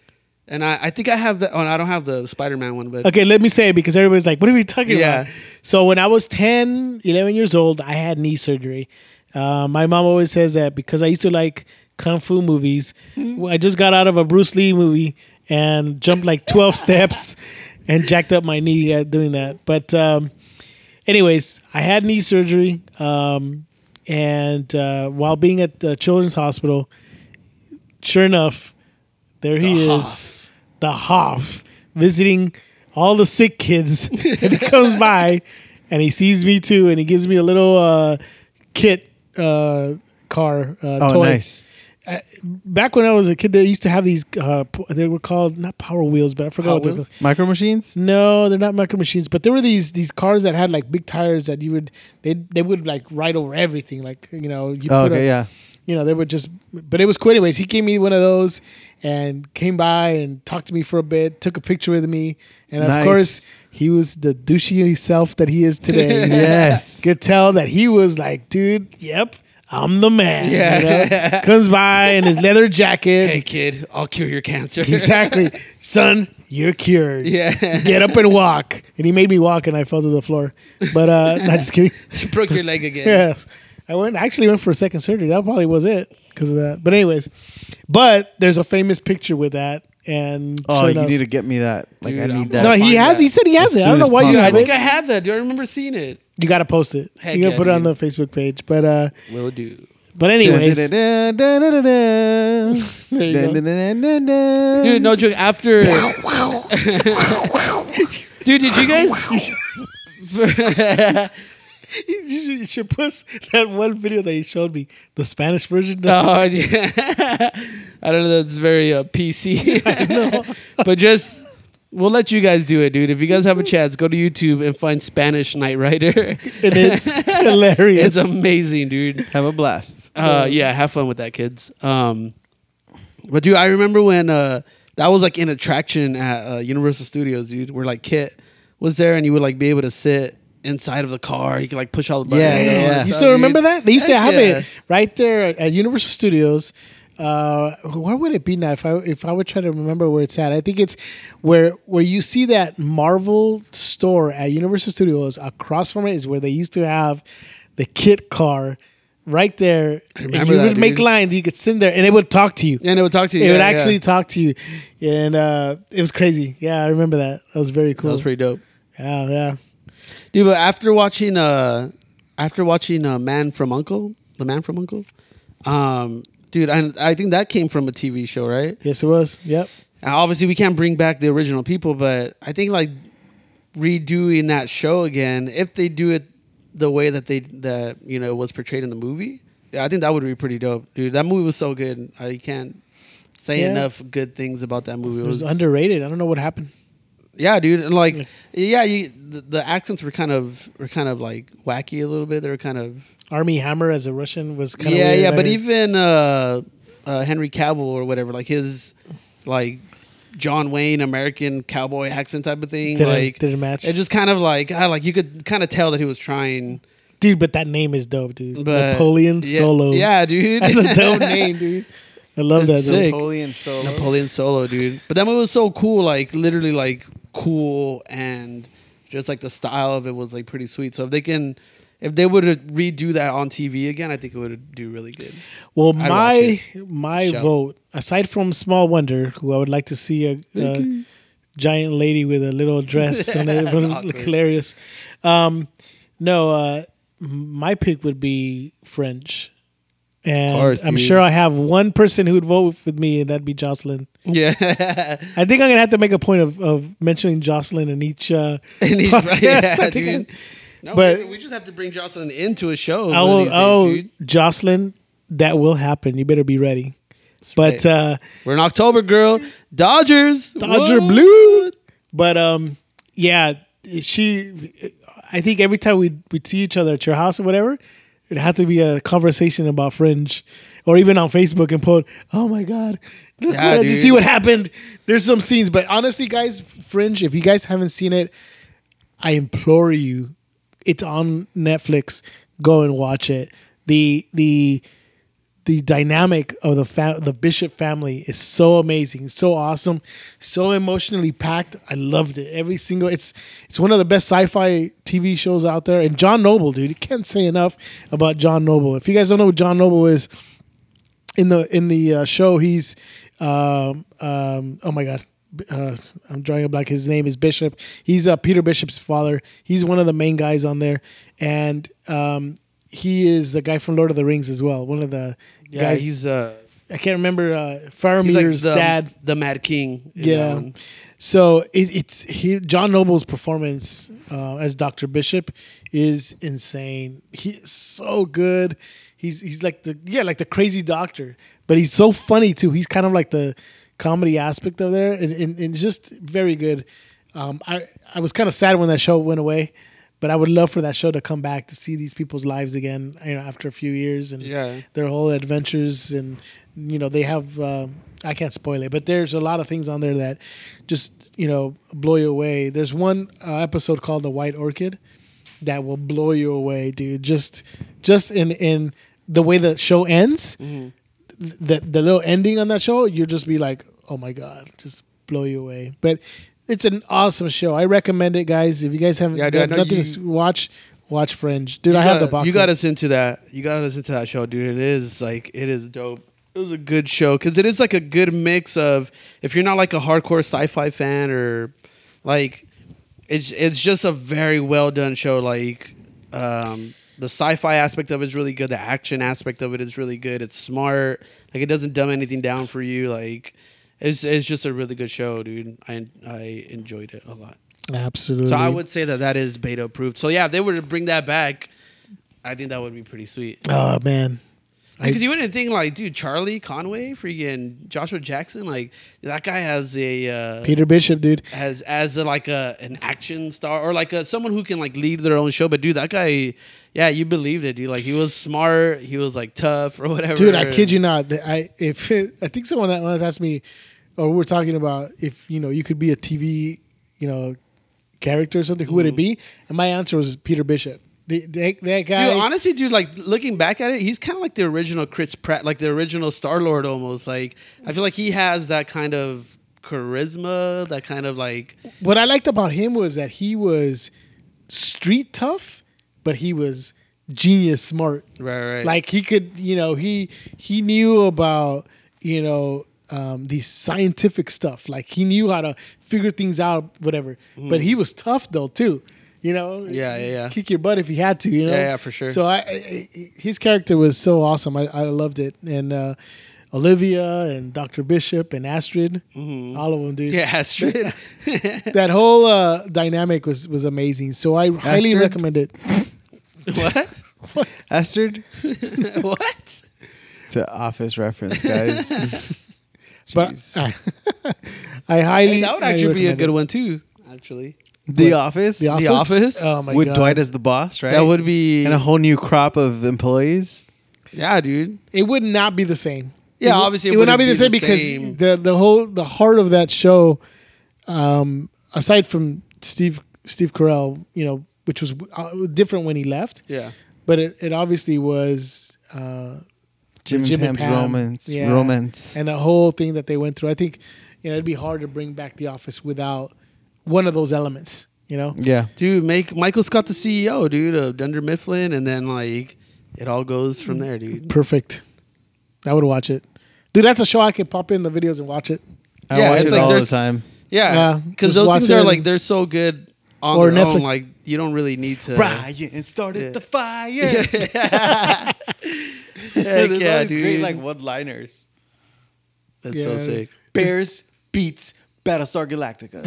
B: and I, I think I have the. Oh, no, I don't have the Spider-Man one, but
A: Okay, let me say it because everybody's like, what are we talking
B: Yeah.
A: about? So when I was 10, 11 years old, I had knee surgery. Uh, my mom always says that because I used to like kung fu movies. I just got out of a Bruce Lee movie and jumped like [laughs] 12 steps and jacked up my knee uh, doing that. But um, anyways, I had knee surgery. Um, and uh, while being at the children's hospital, sure enough, there he is, the Hoff, visiting all the sick kids. [laughs] and he comes by and he sees me too, and he gives me a little uh, kit uh, car uh,
D: Oh,
A: toy. Uh,
D: nice.
A: Back when I was a kid, they used to have these. Uh, po- they were called not Power Wheels, but I forgot
B: Hot
A: what they were.
B: Wheels?
A: called.
D: [laughs] Micro Machines.
A: No, they're not micro machines, but there were these these cars that had like big tires that you would they they would like ride over everything, like you know you
D: Oh,
A: put
D: okay,
A: a-
D: yeah.
A: you know, they were just, but it was cool. Anyways, he gave me one of those and came by and talked to me for a bit, took a picture with me. And of
D: Nice.
A: course, he was the douchey self that he is
B: [laughs]
A: today.
D: Yes.
A: [laughs] Could tell that he was like, dude, yep, I'm the man.
B: Yeah.
A: you
B: [laughs]
A: know? Comes by in his leather jacket.
B: hey, kid, I'll cure your
A: [laughs]
B: cancer. [laughs]
A: Exactly. Son, you're cured.
B: Yeah.
A: Get up and walk. And he made me walk and I fell to the floor. But
B: [laughs]
A: uh not just kidding.
B: you broke your leg again.
A: Yes. I went I actually went for a second surgery. That probably was it because of that. But anyways, but there's a famous picture with that and
D: Oh,
A: sure
D: you
A: enough-
D: need to get me that. Like
B: Dude,
D: I
B: I'm-
D: need that.
A: No, he
B: find
A: has.
B: that
A: He said he has
D: as
A: it. I don't
D: soon
A: know
D: as
A: why you
D: possible.
B: I
A: have
B: think
A: it.
B: I have that. Do I remember seeing it?
A: You got to post it.
B: Heck
A: you got to
B: yeah,
A: put it on the
B: dude.
A: Facebook page. But uh
B: Will do.
A: But
D: [laughs]
A: anyways, [laughs] there you go.
B: dude. No joke. After, [laughs] dude, did you guys?
A: you, should, you should post that one video that you showed me, the Spanish version.
B: [laughs] Oh, yeah. [laughs] I don't know. That's very uh, [laughs] PC. but just we'll let you guys do it, dude. If you guys have a chance, go to YouTube and find Spanish Knight Rider.
A: [laughs]
B: [laughs]
A: and it's hilarious.
B: it's amazing, dude.
D: Have a blast.
B: Uh, yeah, have fun with that, kids. Um, but dude, I remember when uh, that was like an attraction at uh, Universal Studios, dude. Where like Kit was there, and you would like be able to sit inside of the car. You could like push all the buttons.
D: Yeah,
B: and all
D: yeah, yeah.
B: that
A: You
B: stuff,
A: still
B: dude.
A: remember that? They used to
B: Heck
A: have
B: yeah.
A: it right there at- at Universal Studios. Uh, where would it be now? If I if I would try to remember where it's at, I think it's where where you see that Marvel store at Universal Studios. Across from it is where they used to have the kit car right there. And
B: remember
A: you
B: that,
A: would make
B: dude.
A: lines. You could sit there and it would talk to you.
B: And it would talk to you.
A: it
B: yeah,
A: would
B: yeah.
A: actually talk to you, and uh, it was crazy. Yeah, I remember that. That was very
B: That
A: cool.
B: was pretty dope.
A: yeah, yeah.
B: Dude, but after watching uh after watching uh Man from Uncle, The Man from Uncle, um dude, I I think that came from a TV show, right?
A: Yes, it was. Yep.
B: And obviously we can't bring back the original people, but I think like redoing that show again, if they do it the way that they that you know was portrayed in the movie, yeah, I think that would be pretty dope. Dude, that movie was so good. I can't say
A: Yeah.
B: enough good things about that movie.
A: It was underrated. I don't know what happened.
B: Yeah, dude, and like, yeah, you, the, the accents were kind of were kind of like wacky a little bit. They were kind of
A: Army Hammer as a Russian was kind of
B: yeah,
A: weird,
B: yeah.
A: I
B: But
A: heard.
B: even uh, uh, Henry Cavill or whatever, like his like John Wayne American cowboy accent type of thing,
A: Didn't-
B: like
A: didn't match.
B: It just kind of like I like you could kind of tell that he was trying,
A: dude, but that name is dope, dude.
B: but
A: Napoleon
B: yeah,
A: Solo.
B: yeah,
A: [laughs]
B: dude,
A: that's
B: [laughs]
A: a dope name, dude. I love
B: That's
A: that. Dude.
B: sick.
D: Napoleon Solo.
B: Napoleon Solo, dude. But that movie was so cool, like literally like cool and just like the style of it was like pretty sweet. So if they can if they would redo that on TV again, I think it would do really good.
A: Well,
B: I'd
A: my my
B: Shout.
A: vote, aside from Small Wonder, who I would like to see a, a giant lady with a
B: [laughs]
A: little dress and it would look
B: awkward.
A: hilarious. Um, no, uh, m- my pick would be French. And
B: course,
A: I'm
B: dude.
A: sure I have one person who would vote with me, and that'd be Jocelyn.
B: Yeah. [laughs]
A: I think I'm gonna have to make a point of, of mentioning Jocelyn in
B: [laughs]
A: each uh,
B: In each-
A: podcast.
B: [laughs] yeah,
A: [laughs] I think
B: dude. no,
A: But-
B: we, we just have to bring Jocelyn into a show.
A: I, I
B: one of
A: will.
B: these days,
A: Oh,
B: dude.
A: Jocelyn, that will happen. You better be ready.
B: right.
A: but uh,
B: We're in October, girl. Dodgers.
A: Dodger
B: Whoa.
A: Blue. But um, yeah, she. I think every time we we'd see each other at your house or whatever, it had to be a conversation about Fringe, or even on Facebook and put, "Oh my God, look what-
B: Yeah,
A: did you
B: dude.
A: see what happened?" There's some scenes, but honestly, guys, Fringe. If you guys haven't seen it, I implore you. It's on Netflix. Go and watch it. The the the dynamic of the fa- the Bishop family is so amazing, so awesome, so emotionally packed. I loved it. Every single it's it's one of the best sci-fi TV shows out there. And John Noble, dude, you can't say enough about John Noble. If you guys don't know what John Noble is, in the in the uh, show he's um, um, oh my god uh, I'm drawing a blank. His name is Bishop. He's uh, Peter Bishop's father. He's one of the main guys on there, and um, he is the guy from Lord of the Rings as well. One of the
B: Yeah,
A: guys.
B: he's uh
A: I can't remember uh,
B: he's like
A: Faramir's
B: the,
A: dad.
B: the Mad King. in that
A: Yeah.
B: one.
A: So it, it's he, John Noble's performance uh, as Doctor Bishop is insane. He is so good. He's he's like the yeah like the crazy doctor, but he's so funny too. He's kind of like the comedy aspect of there, and, and, and just very good. Um, I I was kind of sad when that show went away, but I would love for that show to come back to see these people's lives again. You know, after a few years and
B: Yeah.
A: their whole adventures and you know they have uh, i can't spoil it but there's a lot of things on there that just you know blow you away there's one uh, episode called the white orchid that will blow you away dude just just in in the way the show ends
B: Mm-hmm.
A: th- the the little ending on that show you'll just be like oh my god just blow you away but it's an awesome show i recommend it guys if you guys haven't
B: Yeah, dude, I
A: have
B: know
A: nothing
B: you-
A: to s- watch watch fringe dude i
B: You
A: have the
B: got-
A: box
B: You
A: set.
B: got us into that. You got us into that show, dude. It is like it is dope. It was a good show because it is like a good mix of if you're not like a hardcore sci-fi fan or like it's it's just a very well done show. Like um, the sci-fi aspect of it is really good. The action aspect of it is really good. It's smart. Like it doesn't dumb anything down for you. Like it's it's just a really good show, dude. I I enjoyed it a lot.
A: Absolutely.
B: So I would say that that is beta approved. So yeah, if they were to bring that back, I think that would be pretty sweet.
A: Oh man. I-
B: Because you wouldn't think like, dude, Charlie Conway, freaking Joshua Jackson, like that guy has a uh,
A: Peter Bishop, dude.
B: as as a, like a an action star or like a, someone who can like lead their own show. But dude, that guy, yeah, you believed it, dude. Like he was smart, he was like tough or whatever.
A: Dude, I kid you not. that I if I think someone once asked me, or we we're talking about if you know you could be a TV, you know, character or something. Who would
B: Mm-hmm.
A: it be? And my answer was Peter Bishop. The, the, that guy.
B: Dude, honestly, dude, like looking back at it, he's kind of like the original Chris Pratt, like the original Star Lord almost. Like I feel like he has that kind of charisma, that kind of like
A: what I liked about him was that he was street tough, but he was genius smart.
B: right, right.
A: Like he could, you know, he he knew about you know um, the scientific stuff. Like he knew how to figure things out, whatever. But he was tough though too. You know,
B: Mm-hmm. Yeah, yeah, yeah.
A: Kick your butt if he had to. You know,
B: Yeah, yeah, for sure.
A: So I, I I- his character was so awesome. I, I loved it, and uh, Olivia and Doctor Bishop and Astrid, all of them, dude.
B: [laughs] Mm-hmm. yeah, Astrid.
A: [laughs] that whole uh, dynamic was was amazing. So I highly
C: Astrid?
A: recommend it.
B: [laughs] what? [laughs]
C: Astrid?
B: what?
C: It's an office reference,
A: [laughs]
C: guys.
A: But [laughs] uh, I, I highly
B: Hey, that would
A: highly
B: actually be a
A: recommend
B: good
A: it.
B: one too. Actually,
C: the office?
A: The Office.
B: Office?
A: Oh my
C: With
A: god!
C: Dwight as the boss, right?
B: that would be
C: and a whole new crop of employees.
B: yeah, dude.
A: it would not be the same. It
B: Yeah,
A: would-
B: obviously it
A: it, would not be the same
B: wouldn't be the
A: because
B: same.
A: the the whole the heart of that show, um, aside from Steve Steve Carell, you know, which was uh, different when he left,
B: Yeah,
A: but it, it obviously was uh,
C: Jim,
A: Jim
C: and
A: and
C: Pam's
A: Pam.
C: romance.
A: Yeah.
C: Romance.
A: and the whole thing that they went through. I think you know it'd be hard to bring back The Office without one of those elements. You know,
C: yeah.
B: dude. Make Michael Scott the CEO, dude, of Dunder Mifflin, and then like it all goes from there, dude.
A: perfect. I would watch it, dude. That's a show I could pop in the videos and watch it.
C: I
B: Yeah,
C: watch
B: it's
C: it
B: like
C: all the
B: there's-
C: time.
B: Yeah,
A: Yeah,
B: because
A: just
B: those
A: watch
B: things
A: it
B: are
A: and-
B: like they're so good on
A: Or
B: their own.
A: Netflix.
B: Like you don't really need to.
C: [laughs] Ryan started
B: yeah.
C: the fire. [laughs] yeah,
B: Heck yeah, dude.
C: great like one-liners.
B: That's
A: Yeah.
B: so sick.
C: Bears beats Battlestar [laughs] Galactica.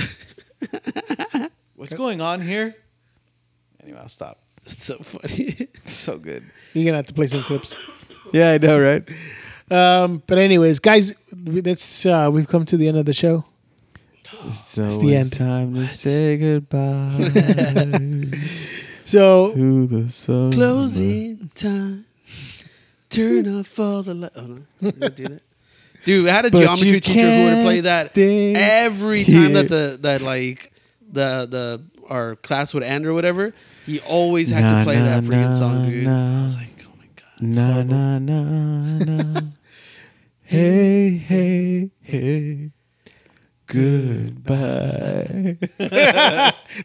C: What's going on here? Anyway, I'll stop.
B: That's so
C: [laughs]
B: funny.
C: It's so good.
A: You're gonna have to play some clips.
C: Yeah, I know, right?
A: Um, but anyways, guys, that's uh, we've come to the end of the show.
C: So
A: It's the end.
C: time to say [laughs] goodbye
A: So
C: to the sun.
B: Closing time. Turn off all the light. Oh no, We're gonna do that. Dude, I had a
C: But
B: geometry
C: you
B: teacher who would play
C: can't
B: that
C: stay
B: every time
C: here.
B: that the that like the the our class would end or whatever. He always had
C: Nah,
B: to play that
C: nah,
B: freaking
C: nah,
B: song, dude. I
C: nah.
B: was like, oh my god.
C: Na na na
B: [laughs]
C: na. hey hey hey. Goodbye.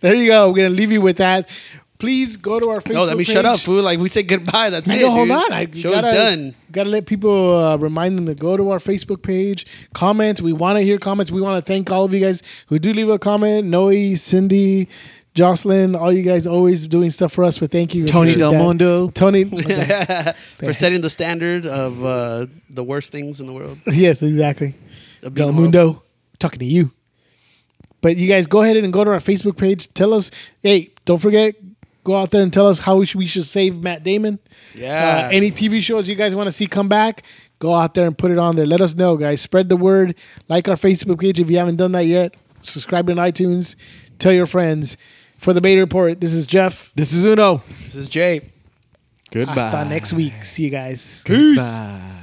A: there you go. We're gonna leave you with that. Please go to our Facebook.
B: No, let me
A: page.
B: shut up, fool. Like we said goodbye. That's
A: I
B: it.
A: know, hold
B: dude.
A: on. I
B: Show's
A: gotta,
B: done.
A: Gotta let people uh, remind them to go to our Facebook page, comment. We want to hear comments. We want to thank all of you guys who do leave a comment. Noe, Cindy, Jocelyn, all you guys always doing stuff for us. But thank you,
C: Tony
A: Appreciate
C: Del
A: that.
C: Mondo.
A: Tony. [laughs]
B: [laughs] For setting the standard of uh, the worst things in the world.
A: [laughs] yes, exactly.
B: of being
A: Del
B: horrible.
A: Mundo, talking to you. But you guys go ahead and go to our Facebook page. Tell us, hey, don't forget, go out there and tell us how we should, we should save Matt Damon. Uh,
B: Yeah.
A: any TV shows you guys want to see come back, go out there and put it on there. Let us know, guys. Spread the word. Like our Facebook page if you haven't done that yet. Subscribe on iTunes. Tell your friends. For the Beta Report, this is Jeff.
C: This is Uno.
B: This is Jay.
C: Goodbye.
A: Hasta next week. See you guys.
C: Goodbye.